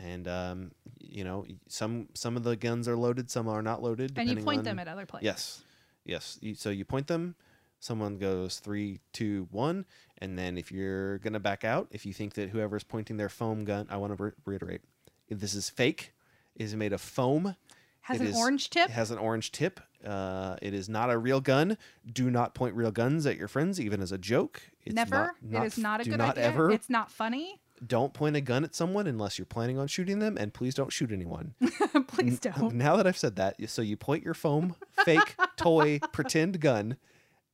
Speaker 1: And um, you know, some some of the guns are loaded, some are not loaded.
Speaker 2: And you
Speaker 1: depending
Speaker 2: point
Speaker 1: on-
Speaker 2: them at other players.
Speaker 1: Yes. Yes. You, so you point them. Someone goes three, two, one, and then if you're gonna back out, if you think that whoever's pointing their foam gun, I want to re- reiterate, if this is fake. It is made of foam.
Speaker 2: Has
Speaker 1: It
Speaker 2: an
Speaker 1: is-
Speaker 2: orange tip.
Speaker 1: It has an orange tip. Uh, it is not a real gun. Do not point real guns at your friends, even as a joke. It's
Speaker 2: Never.
Speaker 1: not-
Speaker 2: it is not a
Speaker 1: do
Speaker 2: good
Speaker 1: not
Speaker 2: idea.
Speaker 1: Ever
Speaker 2: It's not funny.
Speaker 1: don't point a gun at someone unless you're planning on shooting them, and please don't shoot anyone.
Speaker 2: Please don't.
Speaker 1: Now that I've said that, so you point your foam, fake, toy, pretend gun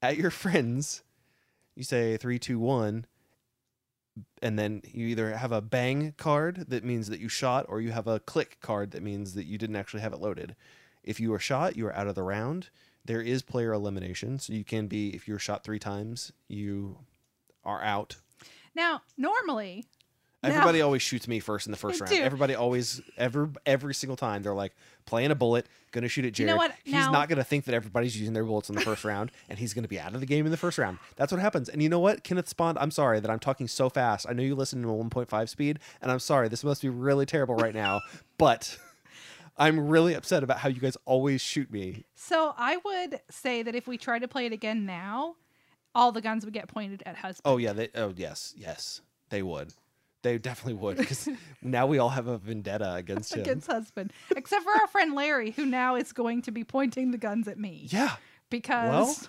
Speaker 1: at your friends. You say three, two, one, and then you either have a bang card that means that you shot, or you have a click card that means that you didn't actually have it loaded. If you are shot, you are out of the round. There is player elimination, so you can be if you're shot three times, you are out.
Speaker 2: Now, normally, Now-
Speaker 1: Everybody always shoots me first in the first round.
Speaker 2: Dude.
Speaker 1: Everybody always ever every single time they're like playing a bullet, gonna shoot at
Speaker 2: You
Speaker 1: Jared.
Speaker 2: know what?
Speaker 1: He's
Speaker 2: Now-
Speaker 1: not gonna think that everybody's using their bullets in the first round, and he's gonna be out of the game in the first round. That's what happens. And you know what, Kenneth Spond? I'm sorry that I'm talking so fast. I know you listen to a 1.5 speed, and I'm sorry this must be really terrible right now, but I'm really upset about how you guys always shoot me.
Speaker 2: so I would say that if we tried to play it again now, all the guns would get pointed at husband.
Speaker 1: Oh yeah, they, oh yes, yes, they would. They definitely would because now we all have a vendetta against him.
Speaker 2: Against husband, except for our friend Larry, who now is going to be pointing the guns at me
Speaker 1: Yeah. Well,
Speaker 2: because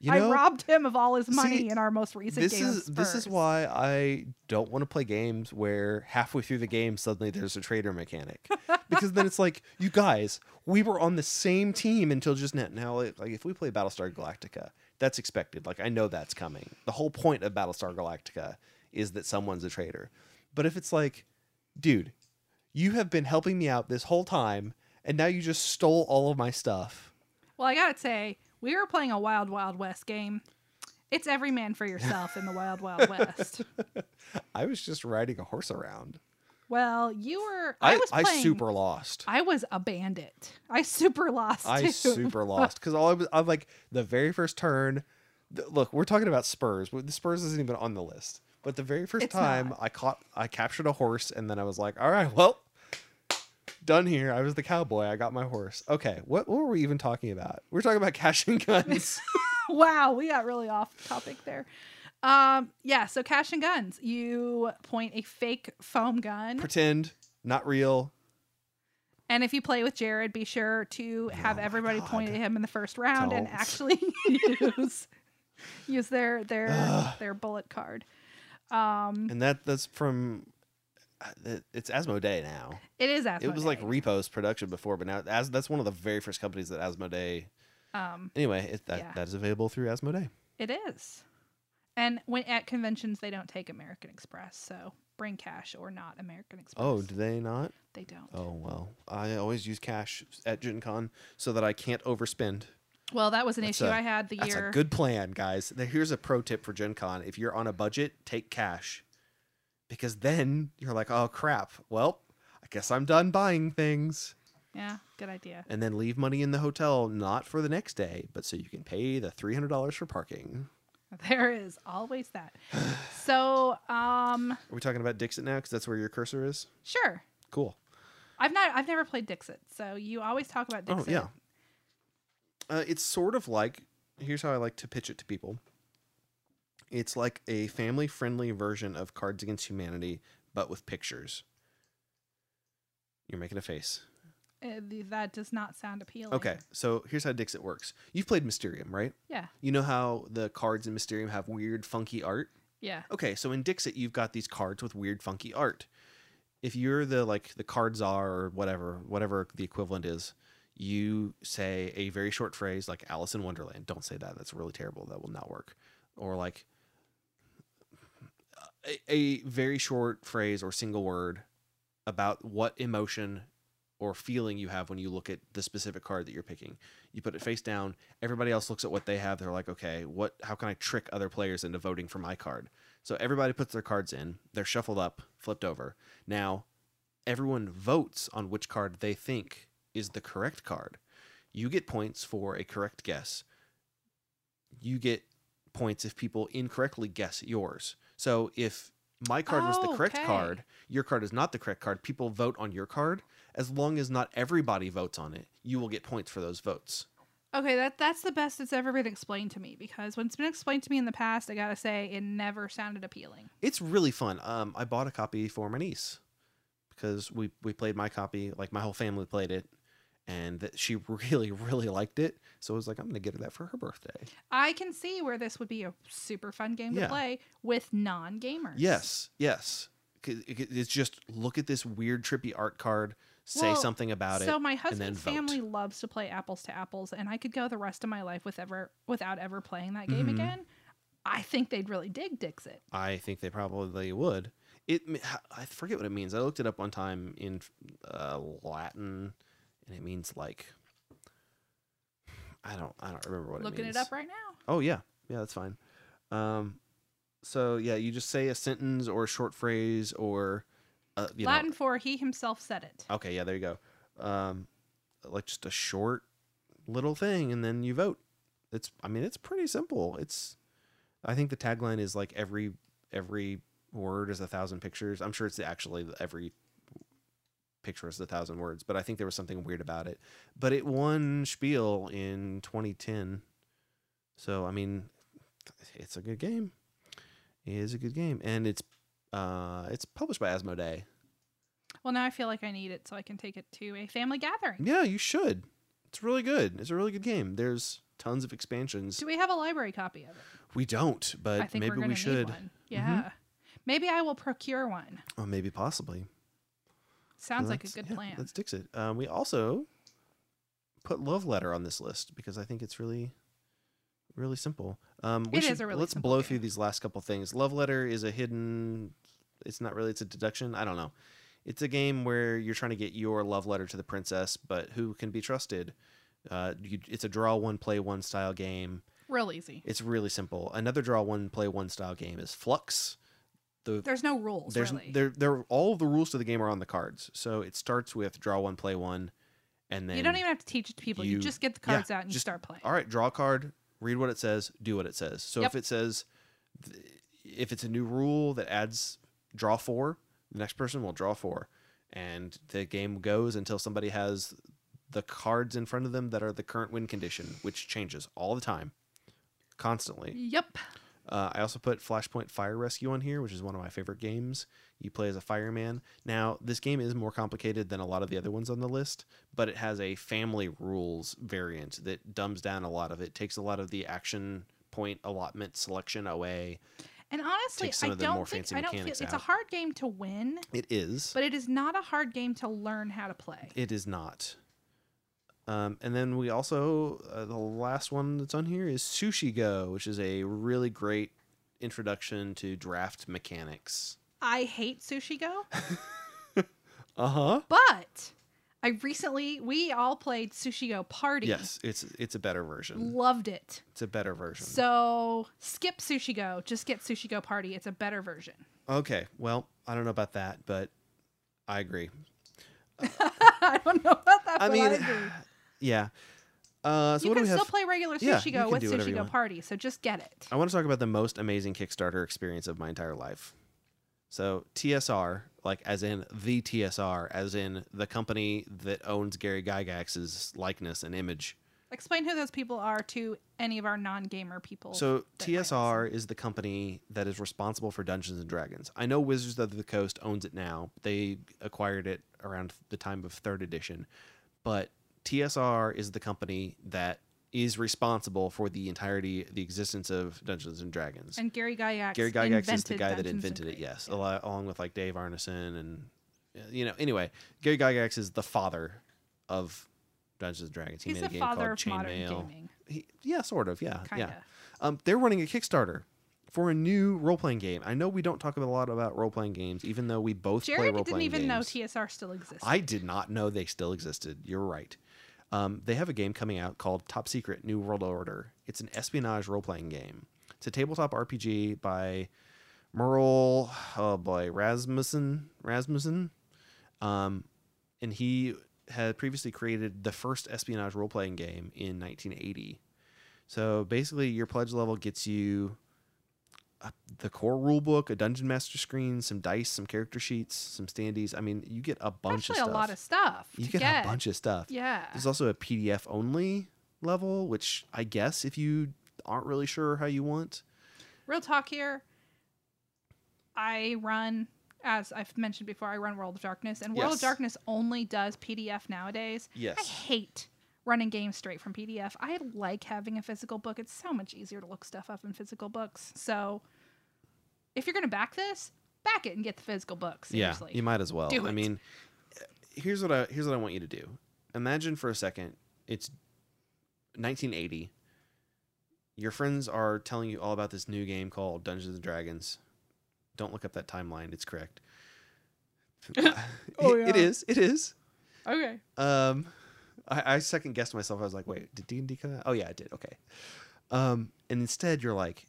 Speaker 1: you
Speaker 2: I
Speaker 1: know,
Speaker 2: robbed him of all his money
Speaker 1: see,
Speaker 2: in our most recent
Speaker 1: this
Speaker 2: game. of
Speaker 1: is this is
Speaker 2: Spurs.
Speaker 1: why I don't want to play games where halfway through the game suddenly there's a traitor mechanic, because then it's like you guys, we were on the same team until just now. Now, like, like, if we play Battlestar Galactica, that's expected. Like I know that's coming. The whole point of Battlestar Galactica is that someone's a traitor. But if it's like, dude, you have been helping me out this whole time, and now you just stole all of my stuff.
Speaker 2: Well, I gotta say, we were playing a Wild Wild West game. It's every man for yourself in the Wild Wild West.
Speaker 1: I was just riding a horse around.
Speaker 2: Well, you were. I,
Speaker 1: I,
Speaker 2: was
Speaker 1: I
Speaker 2: playing.
Speaker 1: super lost.
Speaker 2: I was a bandit. I super lost.
Speaker 1: I
Speaker 2: too.
Speaker 1: super lost because all I was, I'm like the very first turn. th- look, we're talking about Spurs. but The Spurs isn't even on the list, but the very first
Speaker 2: It's
Speaker 1: time I caught, I captured a horse, and then I was like, all right, well, done here. I was the cowboy. I got my horse. Okay, what what were we even talking about? We're talking about cash and guns.
Speaker 2: wow, we got really off topic there. Um, yeah, so cash and guns. You point a fake foam gun,
Speaker 1: Pretend, not real.
Speaker 2: and if you play with Jared, be sure to have
Speaker 1: Oh my
Speaker 2: everybody point
Speaker 1: God.
Speaker 2: at him in the first round and
Speaker 1: Don't.
Speaker 2: actually use use their their
Speaker 1: Ugh.
Speaker 2: their bullet card. Um,
Speaker 1: And that that's from. uh, It's Asmodee now.
Speaker 2: it is Asmodee.
Speaker 1: It was like Repo's production before, but now as that's one of the very first companies that Asmodee.
Speaker 2: um,
Speaker 1: Anyway, it, that,
Speaker 2: Yeah.
Speaker 1: that is available through Asmodee.
Speaker 2: it is. And when at conventions they don't take American Express, so bring cash or not American Express.
Speaker 1: Oh, do they not?
Speaker 2: they don't.
Speaker 1: Oh well, I always use cash at Gen Con so that I can't overspend.
Speaker 2: Well, that was an
Speaker 1: That's
Speaker 2: issue
Speaker 1: a-
Speaker 2: I had the
Speaker 1: That's
Speaker 2: year.
Speaker 1: a good plan, guys. There- Here's a pro tip for Gen Con. If you're on a budget, take cash. Because then you're like, oh crap, well, I guess I'm done buying things.
Speaker 2: yeah, good idea.
Speaker 1: And then leave money in the hotel, not for the next day, but so you can pay the $300 for parking.
Speaker 2: There is always that. so, um,
Speaker 1: Are we talking about Dixit now? Because that's where your cursor is?
Speaker 2: sure.
Speaker 1: Cool.
Speaker 2: I've not. I've never played Dixit, so you always talk about Dixit.
Speaker 1: Oh yeah. Uh, it's sort of like here's how I like to pitch it to people. It's like a family-friendly version of Cards Against Humanity, but with pictures. You're making a face.
Speaker 2: Uh, th- that does not sound appealing.
Speaker 1: Okay, so here's how Dixit works. You've played Mysterium, right?
Speaker 2: Yeah.
Speaker 1: You know how the cards in Mysterium have weird, funky art.
Speaker 2: Yeah.
Speaker 1: Okay, so in Dixit, you've got these cards with weird, funky art. If you're the like the cards are or whatever, whatever the equivalent is, you say a very short phrase like Alice in Wonderland. Don't say that; that's really terrible. That will not work. Or like a, a very short phrase or single word about what emotion or feeling you have when you look at the specific card that you're picking. You put it face down. Everybody else looks at what they have. They're like, okay, what? How can I trick other players into voting for my card? So everybody puts their cards in, they're shuffled up, flipped over. Now, everyone votes on which card they think is the correct card. You get points for a correct guess. You get points if people incorrectly guess yours. So if my card was the correct
Speaker 2: Okay.
Speaker 1: card, your card is not the correct card, people vote on your card. As long as not everybody votes on it, you will get points for those votes.
Speaker 2: Okay, that that's the best it's ever been explained to me because when it's been explained to me in the past, I gotta say it never sounded appealing.
Speaker 1: It's really fun. Um, I bought a copy for my niece because we we played my copy. Like my whole family played it, and that she really really liked it. So I was like, I'm gonna get her that for her birthday.
Speaker 2: I can see where this would be a super fun game
Speaker 1: Yeah.
Speaker 2: to play with non gamers.
Speaker 1: Yes, yes. 'Cause it- it- It's just look at this weird trippy art card. Say
Speaker 2: Well,
Speaker 1: something about
Speaker 2: So
Speaker 1: it.
Speaker 2: my
Speaker 1: then
Speaker 2: husband's
Speaker 1: vote.
Speaker 2: family loves to play apples to apples, and I could go the rest of my life with ever without ever playing that game
Speaker 1: Mhm.
Speaker 2: again. I think they'd really dig Dixit.
Speaker 1: I think they probably would. It me- h- I forget what it means. I looked it up one time in uh, Latin, and it means like I don't I don't remember what
Speaker 2: Looking
Speaker 1: it means.
Speaker 2: it up right now.
Speaker 1: Oh yeah, yeah, that's fine. Um, so yeah, you just say a sentence or a short phrase or, uh, you know, Uh,
Speaker 2: Latin for he himself said it.
Speaker 1: okay, yeah, there you go. Um, like just a short little thing, and then you vote. It's, I mean, it's pretty simple. It's, I think the tagline is like every every word is a thousand pictures. I'm sure it's actually every picture is a thousand words, but I think there was something weird about it. But it won Spiel in 2010, so I mean, it's a good game. It is a good game, and it's uh it's published by Asmodee.
Speaker 2: Well, now I feel like I need it so I can take it to a family gathering.
Speaker 1: Yeah, you should. It's really good. It's a really good game. There's tons of expansions.
Speaker 2: Do we have a library copy of it?
Speaker 1: We don't, but
Speaker 2: I think
Speaker 1: Uh, maybe
Speaker 2: we're gonna
Speaker 1: we should. Mm-hmm.
Speaker 2: Need one. Yeah. Maybe I will procure one.
Speaker 1: Or maybe possibly. So
Speaker 2: Sounds like a
Speaker 1: that's-
Speaker 2: good
Speaker 1: yeah,
Speaker 2: plan.
Speaker 1: Let's fix it. Um, we also put Love Letter on this list because I think it's really, really simple. Um, we
Speaker 2: It is
Speaker 1: should,
Speaker 2: a really
Speaker 1: let's
Speaker 2: simple
Speaker 1: blow
Speaker 2: game.
Speaker 1: through these last couple things. Love Letter is a hidden. It's not really. It's a deduction. I don't know. It's a game where you're trying to get your love letter to the princess, but who can be trusted? Uh, you, it's a draw one, play one style game.
Speaker 2: Real easy.
Speaker 1: It's really simple. Another draw one, play one style game is Flux. The
Speaker 2: There's no rules
Speaker 1: there's
Speaker 2: really.
Speaker 1: there there all of the rules to the game are on the cards. So it starts with draw one, play one, and then
Speaker 2: you don't even have to teach it to people. You,
Speaker 1: you-
Speaker 2: just get the
Speaker 1: yeah,
Speaker 2: cards out and you
Speaker 1: just-
Speaker 2: start playing.
Speaker 1: all right, draw a card, read what it says, do what it says. So
Speaker 2: Yep.
Speaker 1: if it says th- if it's a new rule that adds draw four, the next person will draw four, and the game goes until somebody has the cards in front of them that are the current win condition, which changes all the time, constantly.
Speaker 2: Yep.
Speaker 1: Uh, I also put Flashpoint Fire Rescue on here, which is one of my favorite games. You play as a fireman. Now, this game is more complicated than a lot of the other ones on the list, but it has a family rules variant that dumbs down a lot of it, takes a lot of the action point allotment selection away.
Speaker 2: And honestly,
Speaker 1: Take some
Speaker 2: I
Speaker 1: of the more
Speaker 2: don't think
Speaker 1: fancy
Speaker 2: I don't feel
Speaker 1: mechanics
Speaker 2: it's a
Speaker 1: out.
Speaker 2: hard game to win,
Speaker 1: It is.
Speaker 2: but it is not a hard game to learn how to play.
Speaker 1: It is not. Um, and then we also uh, the last one that's on here is Sushi Go, which is a really great introduction to draft mechanics.
Speaker 2: I hate Sushi Go,
Speaker 1: Uh huh.
Speaker 2: but I recently we all played Sushi Go Party.
Speaker 1: Yes, it's it's a better version.
Speaker 2: Loved it.
Speaker 1: It's a better version.
Speaker 2: So skip Sushi Go, just get Sushi Go Party. It's a better version.
Speaker 1: okay, well, I don't know about that, but I agree.
Speaker 2: I don't know about that.
Speaker 1: I
Speaker 2: but
Speaker 1: mean,
Speaker 2: agree.
Speaker 1: yeah. Uh, so
Speaker 2: you
Speaker 1: what do
Speaker 2: can
Speaker 1: we
Speaker 2: still
Speaker 1: have?
Speaker 2: play regular
Speaker 1: Yeah,
Speaker 2: Sushi
Speaker 1: you
Speaker 2: Go
Speaker 1: can
Speaker 2: with
Speaker 1: do whatever
Speaker 2: Sushi
Speaker 1: you
Speaker 2: Go
Speaker 1: want. Oh.
Speaker 2: Party, so just get it.
Speaker 1: I want to talk about the most amazing Kickstarter experience of my entire life. So TSR, like as in the TSR, as in the company that owns Gary Gygax's likeness and image.
Speaker 2: Explain who those people are to any of our non-gamer people.
Speaker 1: So
Speaker 2: that might
Speaker 1: TSR is the company that is responsible for Dungeons and Dragons. I know Wizards of the Coast owns it now. They acquired it around the time of third edition, but TSR is the company that is responsible for the entirety the existence of Dungeons and Dragons.
Speaker 2: and Gary Gygax.
Speaker 1: Gary Gygax is the
Speaker 2: invented
Speaker 1: guy that
Speaker 2: Dungeons and
Speaker 1: invented it.
Speaker 2: Dragons.
Speaker 1: Yes, al- along with like Dave Arneson and uh, you know. Anyway, Gary Gygax is the father of Dungeons and Dragons. He
Speaker 2: He's
Speaker 1: made a
Speaker 2: the
Speaker 1: game
Speaker 2: father
Speaker 1: called
Speaker 2: of modern
Speaker 1: Chainmail.
Speaker 2: gaming.
Speaker 1: He- Yeah, sort of. Yeah,
Speaker 2: Kinda.
Speaker 1: yeah. Um, they're running a Kickstarter for a new role playing game. I know we don't talk a lot about role playing games, even though we both play
Speaker 2: Jared
Speaker 1: role
Speaker 2: didn't
Speaker 1: playing games.
Speaker 2: even know TSR still existed.
Speaker 1: I did not know they still existed. You're right. Um, they have a game coming out called Top Secret New World Order. It's an espionage role playing game. It's a tabletop RPG by Merle, oh boy, Rasmussen. Rasmussen. Um, and he had previously created the first espionage role playing game in 1980. So basically, your pledge level gets you a, the core rule book, a dungeon master screen, some dice, some character sheets, some standees. I mean, you get a bunch
Speaker 2: Actually,
Speaker 1: of
Speaker 2: a
Speaker 1: stuff.
Speaker 2: lot of stuff.
Speaker 1: you
Speaker 2: to
Speaker 1: get,
Speaker 2: get
Speaker 1: a bunch of stuff.
Speaker 2: Yeah.
Speaker 1: There's also a PDF only level, which I guess if you aren't really sure how you want.
Speaker 2: Real talk here. I run, as I've mentioned before, I run World of Darkness, and World
Speaker 1: Yes.
Speaker 2: of Darkness only does PDF nowadays. I
Speaker 1: Yes.
Speaker 2: hate running games straight from PDF. I like having a physical book. It's so much easier to look stuff up in physical books. So if you're going to back this, back it and get the physical book. Seriously.
Speaker 1: Yeah, you might as well.
Speaker 2: Do
Speaker 1: I
Speaker 2: it.
Speaker 1: mean, here's what I here's what I want you to do. Imagine for a second it's 1980. Your friends are telling you all about this new game called Dungeons and Dragons. Don't look up that timeline; it's correct.
Speaker 2: Oh,
Speaker 1: It
Speaker 2: yeah.
Speaker 1: is. It is.
Speaker 2: okay.
Speaker 1: Um, I, I second guessed myself. I was like, wait, did D and D come out? Oh yeah, it did. Okay. Um, and instead, you're like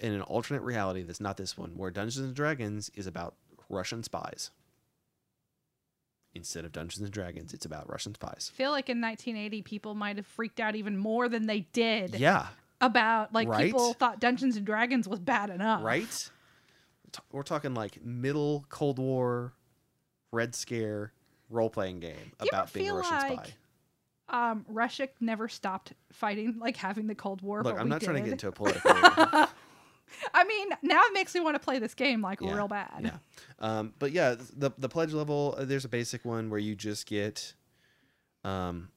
Speaker 1: in an alternate reality that's not this one, where Dungeons and Dragons is about Russian spies. Instead of Dungeons and Dragons, it's about Russian spies.
Speaker 2: feel like in 1980 people might have freaked out even more than they did
Speaker 1: Yeah,
Speaker 2: about like
Speaker 1: Right?
Speaker 2: people thought Dungeons and Dragons was bad enough.
Speaker 1: right. T- We're talking like middle Cold War, Red Scare role playing game
Speaker 2: Do you ever
Speaker 1: about being a
Speaker 2: feel
Speaker 1: Russian
Speaker 2: like
Speaker 1: spy.
Speaker 2: Um Russia never stopped fighting like having the Cold War
Speaker 1: Look,
Speaker 2: but
Speaker 1: I'm
Speaker 2: we
Speaker 1: not
Speaker 2: did.
Speaker 1: trying to get into a political.
Speaker 2: I mean, now it makes me want to play this game like
Speaker 1: Yeah,
Speaker 2: real bad.
Speaker 1: Yeah. Um, but yeah, the the pledge level. uh, There's a basic one where you just get, um,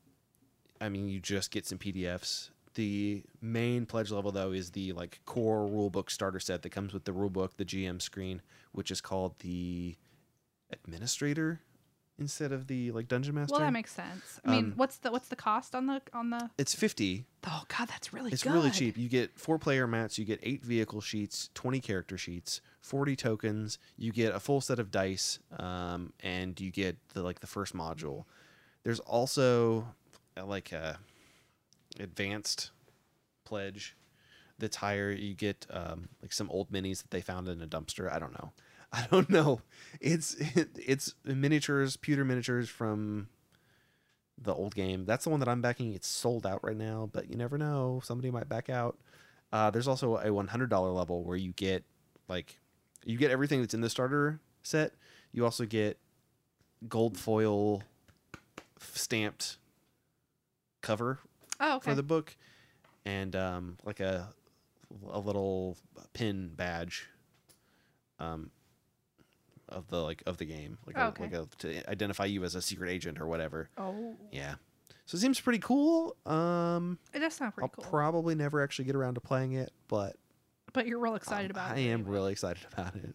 Speaker 1: I mean, you just get some PDFs. The main pledge level though is the like core rulebook starter set that comes with the rulebook, the GM screen, which is called the administrator instead of the like dungeon master.
Speaker 2: Well, that makes sense. I mean,
Speaker 1: Um,
Speaker 2: what's the what's the cost on the on the
Speaker 1: it's fifty.
Speaker 2: Oh god, that's really
Speaker 1: It's
Speaker 2: good.
Speaker 1: really cheap. You get four player mats, you get eight vehicle sheets, 20 character sheets, 40 tokens, you get a full set of dice, um, and you get the like the first module. There's also uh, like a advanced pledge that's higher. You get um, like some old minis that they found in a dumpster. I don't know. I don't know. It's it, it's miniatures, pewter miniatures from the old game. That's the one that I'm backing. It's sold out right now, but you never know. Somebody might back out. Uh, there's also a $100 level where you get like you get everything that's in the starter set. You also get gold foil stamped cover
Speaker 2: Oh, okay.
Speaker 1: for the book and um, like a a little pin badge um, of the like of the game like a,
Speaker 2: Oh, Okay.
Speaker 1: like a, to identify you as a secret agent or whatever
Speaker 2: oh,
Speaker 1: yeah so it seems pretty cool um
Speaker 2: it does sound pretty
Speaker 1: i'll
Speaker 2: cool.
Speaker 1: probably never actually get around to playing it but
Speaker 2: but you're real
Speaker 1: um,
Speaker 2: excited about
Speaker 1: i
Speaker 2: it.
Speaker 1: am really excited about it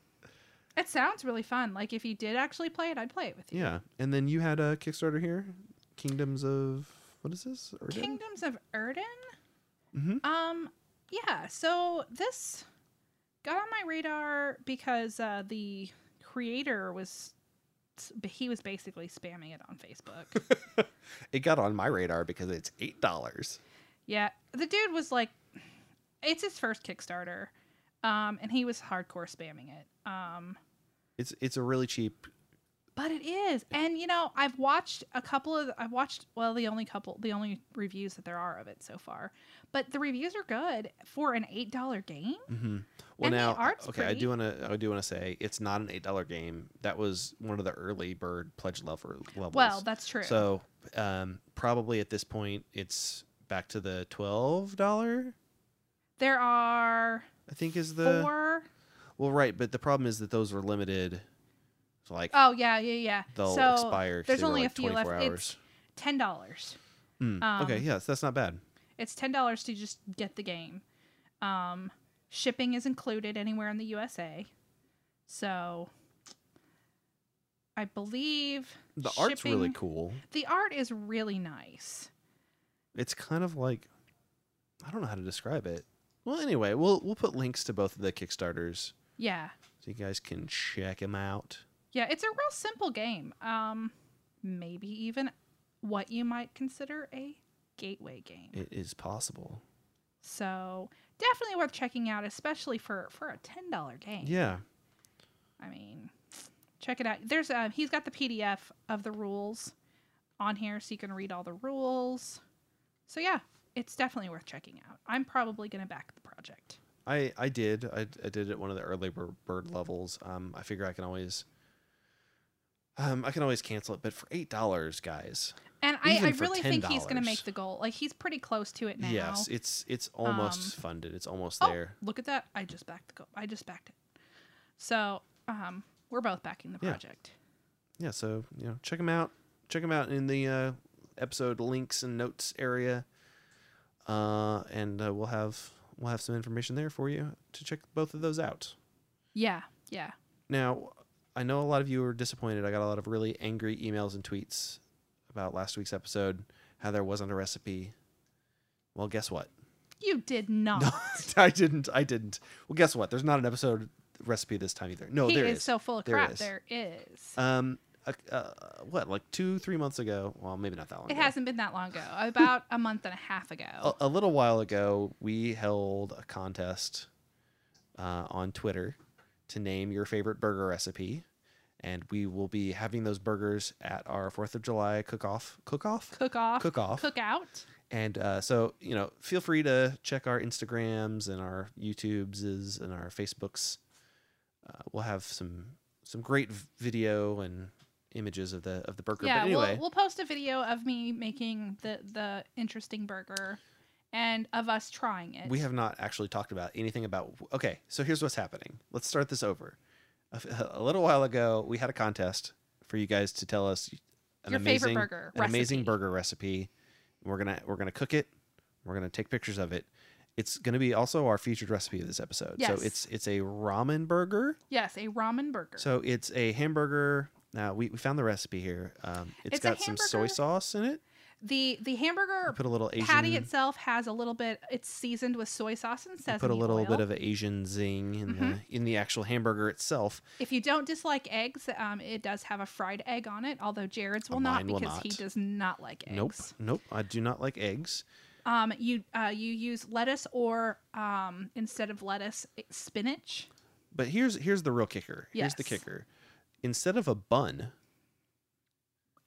Speaker 2: It sounds really fun. Like if you did actually play it, I'd play it with you.
Speaker 1: yeah and then you had a kickstarter here kingdoms of what is this Or did- Mm-hmm.
Speaker 2: Kingdoms of Erden.
Speaker 1: Mhm.
Speaker 2: Um, yeah. So this got on my radar because uh, the creator was he was basically spamming it on Facebook.
Speaker 1: It got on my radar because it's eight dollars.
Speaker 2: yeah, the dude was like, it's his first Kickstarter, um, and he was hardcore spamming it. Um,
Speaker 1: It's it's a really cheap.
Speaker 2: but it is, and you know, I've watched a couple of I've watched well the only couple the only reviews that there are of it so far, but the reviews are good for an eight dollar game.
Speaker 1: Mhm. Well,
Speaker 2: And the
Speaker 1: now
Speaker 2: art's
Speaker 1: okay, I
Speaker 2: pretty.
Speaker 1: do want to I do want to say it's not an eight dollar game. That was one of the early bird pledge lever levels.
Speaker 2: Well, that's true.
Speaker 1: so um, probably at this point it's back to the twelve dollar.
Speaker 2: there are
Speaker 1: I think is the
Speaker 2: four.
Speaker 1: well right, but the problem is that those were limited. So like
Speaker 2: Oh yeah, yeah, yeah.
Speaker 1: they'll
Speaker 2: so
Speaker 1: expire. 'cause
Speaker 2: there's
Speaker 1: they were,
Speaker 2: only
Speaker 1: like
Speaker 2: a few left.
Speaker 1: 24
Speaker 2: It's ten dollars.
Speaker 1: Hmm,
Speaker 2: um,
Speaker 1: okay, yeah, that's not bad.
Speaker 2: It's ten dollars to just get the game. Um, shipping is included anywhere in the USA. So I believe
Speaker 1: The art's really
Speaker 2: shipping-
Speaker 1: cool.
Speaker 2: the art is really nice.
Speaker 1: it's kind of like I don't know how to describe it. Well, anyway, we'll we'll put links to both of the kickstarters
Speaker 2: Yeah.
Speaker 1: so you guys can check them out.
Speaker 2: Yeah, it's a real simple game. Um maybe even what you might consider a gateway game.
Speaker 1: It is possible.
Speaker 2: So definitely worth checking out, especially for for a ten dollar game.
Speaker 1: Yeah,
Speaker 2: I mean, check it out. There's uh, he's got the PDF of the rules on here, so you can read all the rules. So yeah, it's definitely worth checking out. I'm probably gonna back the project.
Speaker 1: I I did I, I did it one of the early bir- bird levels. Um, I figure I can always. Um, I can always cancel it, but for eight dollars, guys.
Speaker 2: And I, I
Speaker 1: Even for
Speaker 2: really think he's gonna
Speaker 1: $10.
Speaker 2: make the goal. Like he's pretty close to it now. Um,
Speaker 1: Yes, it's it's almost funded. It's almost
Speaker 2: Oh,
Speaker 1: there.
Speaker 2: Look at that! I just backed the goal. I just backed it. So um, we're both backing the
Speaker 1: Yeah.
Speaker 2: project.
Speaker 1: Yeah, so you know, check them out. Check them out in the uh, episode links and notes area, uh, and uh, we'll have we'll have some information there for you to check both of those out.
Speaker 2: Yeah, yeah.
Speaker 1: Now, I know a lot of you were disappointed. I got a lot of really angry emails and tweets about last week's episode, how there wasn't a recipe. Well, guess what?
Speaker 2: You did not.
Speaker 1: I didn't. I didn't. Well, guess what? There's not an episode recipe this time either. No,
Speaker 2: he
Speaker 1: there
Speaker 2: is, so full of
Speaker 1: There
Speaker 2: crap.
Speaker 1: is.
Speaker 2: There is.
Speaker 1: Um, uh, uh, what like two, three months ago? Well, maybe not that long.
Speaker 2: It
Speaker 1: ago.
Speaker 2: hasn't been that long ago. About a month and a half ago.
Speaker 1: a, a little while ago, we held a contest uh, on Twitter to name your favorite burger recipe, and we will be having those burgers at our Fourth of July cook-off, cook-off,
Speaker 2: cook off,
Speaker 1: cook-off,
Speaker 2: cook out.
Speaker 1: and uh, so you know, feel free to check our Instagrams and our YouTubeses and our Facebooks. Uh, we'll have some some great v- video and images of the of the burger.
Speaker 2: Yeah,
Speaker 1: but anyway,
Speaker 2: we'll, we'll post a video of me making the the interesting burger and of us trying it.
Speaker 1: we have not actually talked about anything about okay so here's what's happening let's start this over a, f- a little while ago we had a contest for you guys to tell us an
Speaker 2: Your favorite
Speaker 1: amazing
Speaker 2: burger
Speaker 1: an amazing
Speaker 2: recipe.
Speaker 1: burger recipe we're gonna we're gonna cook it we're gonna take pictures of it it's gonna be also our featured recipe of this episode
Speaker 2: Yes.
Speaker 1: so it's it's a ramen burger
Speaker 2: yes, a ramen burger.
Speaker 1: so it's a hamburger now we, we found the recipe here um,
Speaker 2: It's a
Speaker 1: got some soy
Speaker 2: hamburger.
Speaker 1: sauce in it
Speaker 2: the the
Speaker 1: We
Speaker 2: hamburger
Speaker 1: put a little asian
Speaker 2: patty itself has a little bit. It's seasoned with soy sauce and
Speaker 1: we
Speaker 2: sesame
Speaker 1: put a little
Speaker 2: oil. Mm-hmm.
Speaker 1: bit of an asian zing in the in the actual hamburger itself
Speaker 2: If you don't dislike eggs, um, it does have a fried egg on it. Although Jared's will
Speaker 1: Uh, mine
Speaker 2: not
Speaker 1: will
Speaker 2: because he
Speaker 1: not.
Speaker 2: does not like eggs.
Speaker 1: Nope, nope. I do not like eggs.
Speaker 2: Um, you uh, you use lettuce or um, instead of lettuce, spinach.
Speaker 1: But here's here's the real kicker. Here's the
Speaker 2: Yes.
Speaker 1: kicker. Instead of a bun,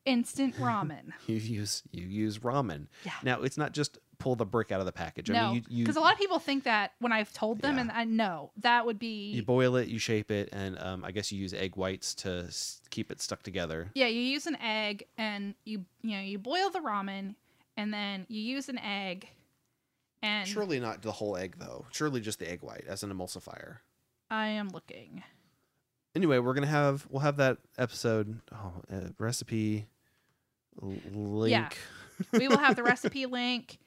Speaker 2: Instant ramen.
Speaker 1: you use you use ramen.
Speaker 2: Yeah.
Speaker 1: Now it's not just pull the brick out of the package. I
Speaker 2: no,
Speaker 1: mean, you you,
Speaker 2: because a lot of people think that when I've told them,
Speaker 1: Yeah.
Speaker 2: and I know that would be
Speaker 1: you boil it, you shape it, and um, I guess you use egg whites to s- keep it stuck together.
Speaker 2: yeah. You use an egg, and you you know you boil the ramen, and then you use an egg, and
Speaker 1: Surely not the whole egg though. Surely just the egg white as an emulsifier.
Speaker 2: I am looking.
Speaker 1: Anyway, we're gonna have we'll have that episode oh, uh, recipe l- link.
Speaker 2: we will have the recipe link.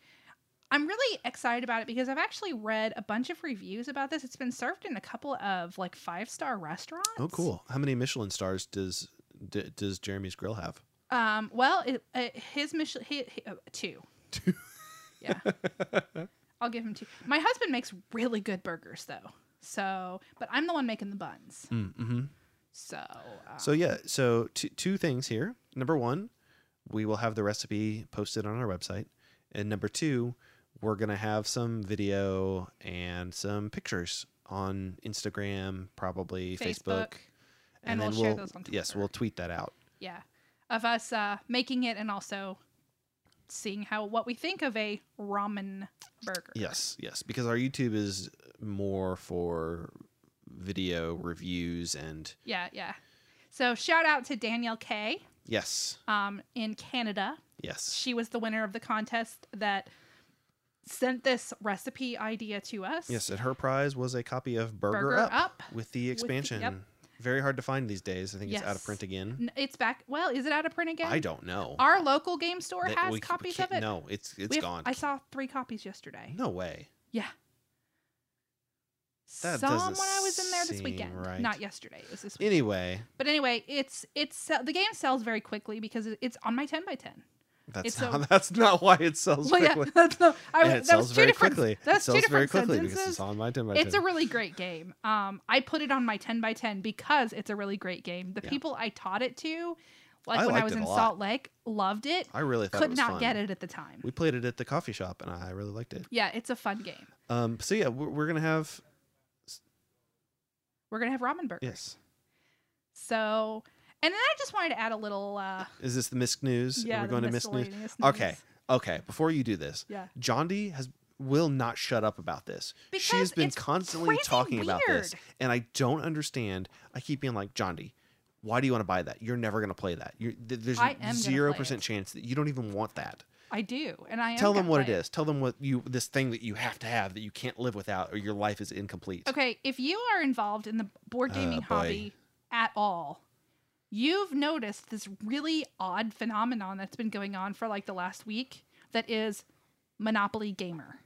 Speaker 2: I'm really excited about it because I've actually read a bunch of reviews about this. It's been served in a couple of like five star restaurants.
Speaker 1: Oh, cool. How many Michelin stars does d- does Jeremy's Grill have?
Speaker 2: Um, well, it, uh, his Michelin he, he- uh, two.
Speaker 1: Two.
Speaker 2: Yeah. I'll give him two. My husband makes really good burgers though. So, but I'm the one making the buns.
Speaker 1: Mm-hmm.
Speaker 2: So, uh,
Speaker 1: So yeah, so two two things here. Number one, we will have the recipe posted on our website, and number two, we're gonna have some video and some pictures on Instagram, probably Facebook,
Speaker 2: and we'll share those on
Speaker 1: yes,
Speaker 2: Twitter.
Speaker 1: we'll tweet that out.
Speaker 2: yeah, of us uh, making it and also seeing how what we think of a ramen burger.
Speaker 1: Yes, yes, because our YouTube is more for video reviews and
Speaker 2: yeah, yeah. So shout out to Danielle K.
Speaker 1: yes,
Speaker 2: Um, in Canada,
Speaker 1: yes,
Speaker 2: she was the winner of the contest that sent this recipe idea to us.
Speaker 1: yes, and her prize was a copy of Burger,
Speaker 2: Burger
Speaker 1: Up,
Speaker 2: Up.
Speaker 1: with the
Speaker 2: the- yep.
Speaker 1: expansion. Very hard to find these days. I think it's out
Speaker 2: Yes.
Speaker 1: of print again.
Speaker 2: N- It's back. Well, is it out of print again?
Speaker 1: I don't know.
Speaker 2: Our local game store
Speaker 1: That-
Speaker 2: has
Speaker 1: we c- we
Speaker 2: copies of
Speaker 1: can't-
Speaker 2: it.
Speaker 1: No, it's it's
Speaker 2: We have-
Speaker 1: gone.
Speaker 2: I saw three copies yesterday.
Speaker 1: no way.
Speaker 2: Yeah.
Speaker 1: That
Speaker 2: saw 'em
Speaker 1: doesn't
Speaker 2: when I was in there this
Speaker 1: seem
Speaker 2: weekend.
Speaker 1: right.
Speaker 2: Not yesterday. It was this weekend.
Speaker 1: Anyway,
Speaker 2: but anyway, it's it's sell- the game sells very quickly because it- it's on my ten by ten.
Speaker 1: that's
Speaker 2: It's
Speaker 1: not,
Speaker 2: so-
Speaker 1: that's not why it sells
Speaker 2: Well, yeah,
Speaker 1: quickly.
Speaker 2: that's no. I
Speaker 1: And it
Speaker 2: was- that was
Speaker 1: sells
Speaker 2: two
Speaker 1: very
Speaker 2: different-
Speaker 1: quickly.
Speaker 2: That's
Speaker 1: it
Speaker 2: two
Speaker 1: sells very
Speaker 2: different
Speaker 1: quickly
Speaker 2: sentences.
Speaker 1: because it's on my 10 by 10.
Speaker 2: It's a really great game. Um, I put it on my 10 by 10 because it's a really great game. The
Speaker 1: Yeah.
Speaker 2: people I taught it to, like
Speaker 1: I
Speaker 2: when I
Speaker 1: liked
Speaker 2: was
Speaker 1: it
Speaker 2: in
Speaker 1: a lot.
Speaker 2: Salt Lake, loved it.
Speaker 1: I really thought it
Speaker 2: Could
Speaker 1: was
Speaker 2: not
Speaker 1: fun.
Speaker 2: get it at the time.
Speaker 1: We played it at the coffee shop and I really liked it.
Speaker 2: yeah, it's a fun game.
Speaker 1: Um, so yeah, we're, we're gonna have
Speaker 2: We're gonna have ramen burgers.
Speaker 1: yes.
Speaker 2: So, and then I just wanted to add a little. Uh,
Speaker 1: Is this the misc news?
Speaker 2: yeah,
Speaker 1: we're
Speaker 2: the
Speaker 1: going to misc news.
Speaker 2: miscellaneous
Speaker 1: Okay,
Speaker 2: news.
Speaker 1: okay. Before you do this,
Speaker 2: Yeah.
Speaker 1: John D has will not shut up about this. she
Speaker 2: Because
Speaker 1: has been
Speaker 2: it's
Speaker 1: constantly
Speaker 2: crazy
Speaker 1: talking about this,
Speaker 2: weird.
Speaker 1: and I don't understand. I keep being like, John D, why do you want to buy that? You're never going to play that. You're, th- there's
Speaker 2: I am gonna
Speaker 1: zero
Speaker 2: play it.
Speaker 1: percent chance that you don't even want that.
Speaker 2: I do, and I am
Speaker 1: Tell them
Speaker 2: gonna
Speaker 1: what it
Speaker 2: play
Speaker 1: is. Tell them what you this thing that you have to have that you can't live without, or your life is incomplete.
Speaker 2: Okay, if you are involved in the board gaming
Speaker 1: Ah, boy.
Speaker 2: hobby at all, you've noticed this really odd phenomenon that's been going on for like the last week that is Monopoly gamer.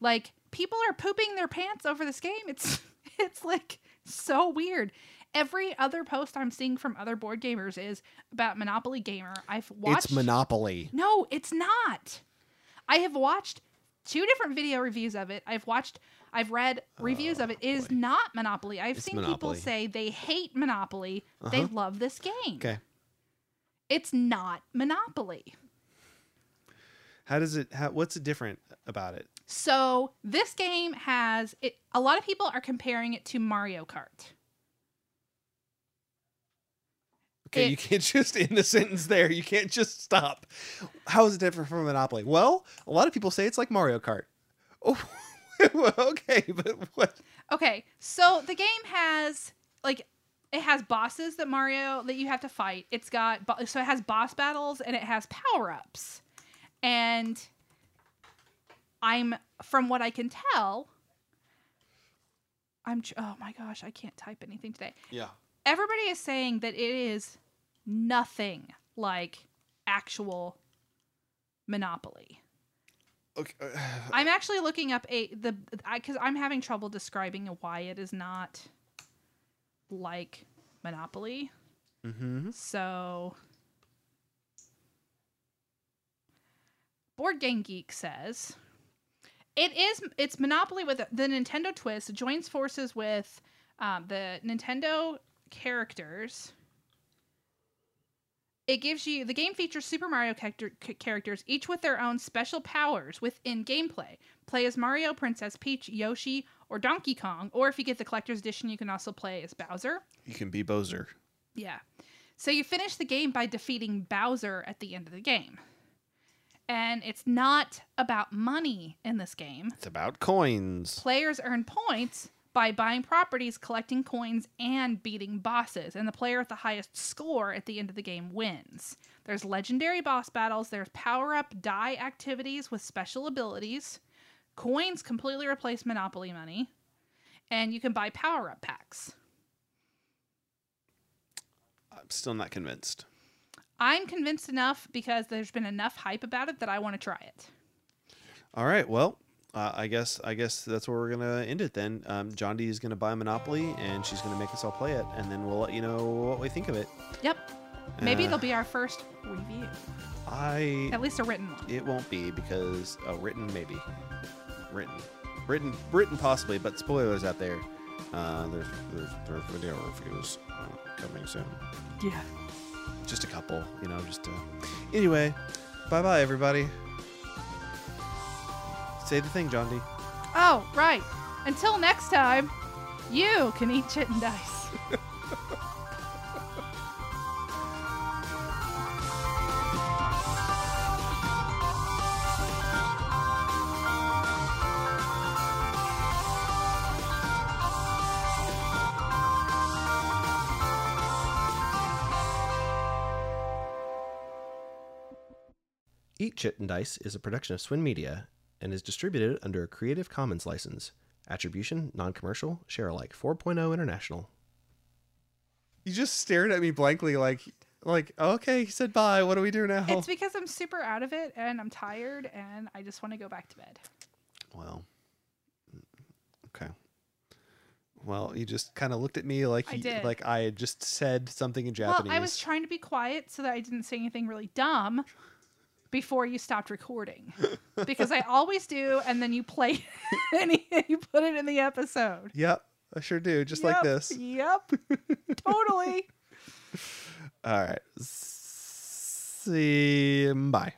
Speaker 2: Like people are pooping their pants over this game. It's it's like so weird. Every other post I'm seeing from other board gamers is about Monopoly gamer. I've watched
Speaker 1: It's Monopoly.
Speaker 2: no, it's not. I have watched two different video reviews of it. I've watched, I've read reviews of it. It is not Monopoly. I've
Speaker 1: Oh, It's
Speaker 2: seen people
Speaker 1: Monopoly.
Speaker 2: say they hate Monopoly. They
Speaker 1: Uh-huh.
Speaker 2: love this game.
Speaker 1: Okay.
Speaker 2: It's not Monopoly.
Speaker 1: How does it? How, what's different about it?
Speaker 2: So this game has it. A lot of people are comparing it to Mario Kart.
Speaker 1: Okay,
Speaker 2: It-
Speaker 1: you can't just end the sentence there. You can't just stop. How is it different from Monopoly? Well, a lot of people say it's like Mario Kart. Oh, okay, but what?
Speaker 2: Okay, so the game has like it has bosses that Mario that you have to fight. It's got bo- so it has boss battles and it has power ups, and I'm from what I can tell. I'm tr- oh my gosh, I can't type anything today.
Speaker 1: Yeah.
Speaker 2: Everybody is saying that it is nothing like actual Monopoly.
Speaker 1: Okay. uh,
Speaker 2: I'm actually looking up a the because I'm having trouble describing why it is not like Monopoly.
Speaker 1: mhm.
Speaker 2: So, Board Game Geek says it is it's Monopoly with the Nintendo twist joins forces with um, the Nintendo characters. It gives you the game features Super Mario character, c- characters, each with their own special powers within gameplay. Play as Mario, Princess Peach, Yoshi, or Donkey Kong, or if you get the collector's edition, you can also play as Bowser.
Speaker 1: You can be Bozer.
Speaker 2: Yeah. So you finish the game by defeating Bowser at the end of the game. And it's not about money in this game.
Speaker 1: It's about coins.
Speaker 2: Players earn points by buying properties, collecting coins, and beating bosses. And the player with the highest score at the end of the game wins. There's legendary boss battles, there's power up die activities with special abilities. Coins completely replace Monopoly money. And you can buy power up packs.
Speaker 1: I'm still not convinced.
Speaker 2: I'm convinced enough because there's been enough hype about it that I want to try it.
Speaker 1: All right. Well, uh, I guess I guess that's where we're gonna end it then. Um, John D is gonna buy Monopoly, and she's gonna make us all play it, and then we'll let you know what we think of it.
Speaker 2: Yep. Maybe
Speaker 1: Uh,
Speaker 2: it'll be our first review,
Speaker 1: I.
Speaker 2: at least a written one.
Speaker 1: It won't be because oh, uh, written maybe. Written. Britain, Britain possibly, but spoilers out there. Uh, there's, there's, there are video reviews uh, coming soon.
Speaker 2: Yeah.
Speaker 1: Just a couple, you know, just uh Anyway, bye bye, everybody. Say the thing, John D.
Speaker 2: Oh, right. Until next time, you can eat shit and dice.
Speaker 1: Eat Chit and Dice is a production of Swin Media and is distributed under a Creative Commons license. Attribution, non commercial, share alike 4.0 international. You just stared at me blankly, like, like okay, he said bye. What do we do now?
Speaker 2: It's because I'm super out of it and I'm tired and I just want to go back to bed.
Speaker 1: well, okay. Well, you just kind of looked at me like
Speaker 2: I
Speaker 1: you-
Speaker 2: did.
Speaker 1: like I had just said something in Japanese.
Speaker 2: Well, I was trying to be quiet so that I didn't say anything really dumb before you stopped recording because I always do and then you play and you put it in the episode.
Speaker 1: yep, I sure do. Just like
Speaker 2: Yep,
Speaker 1: this.
Speaker 2: Yep. totally.
Speaker 1: All right. S- See. Bye.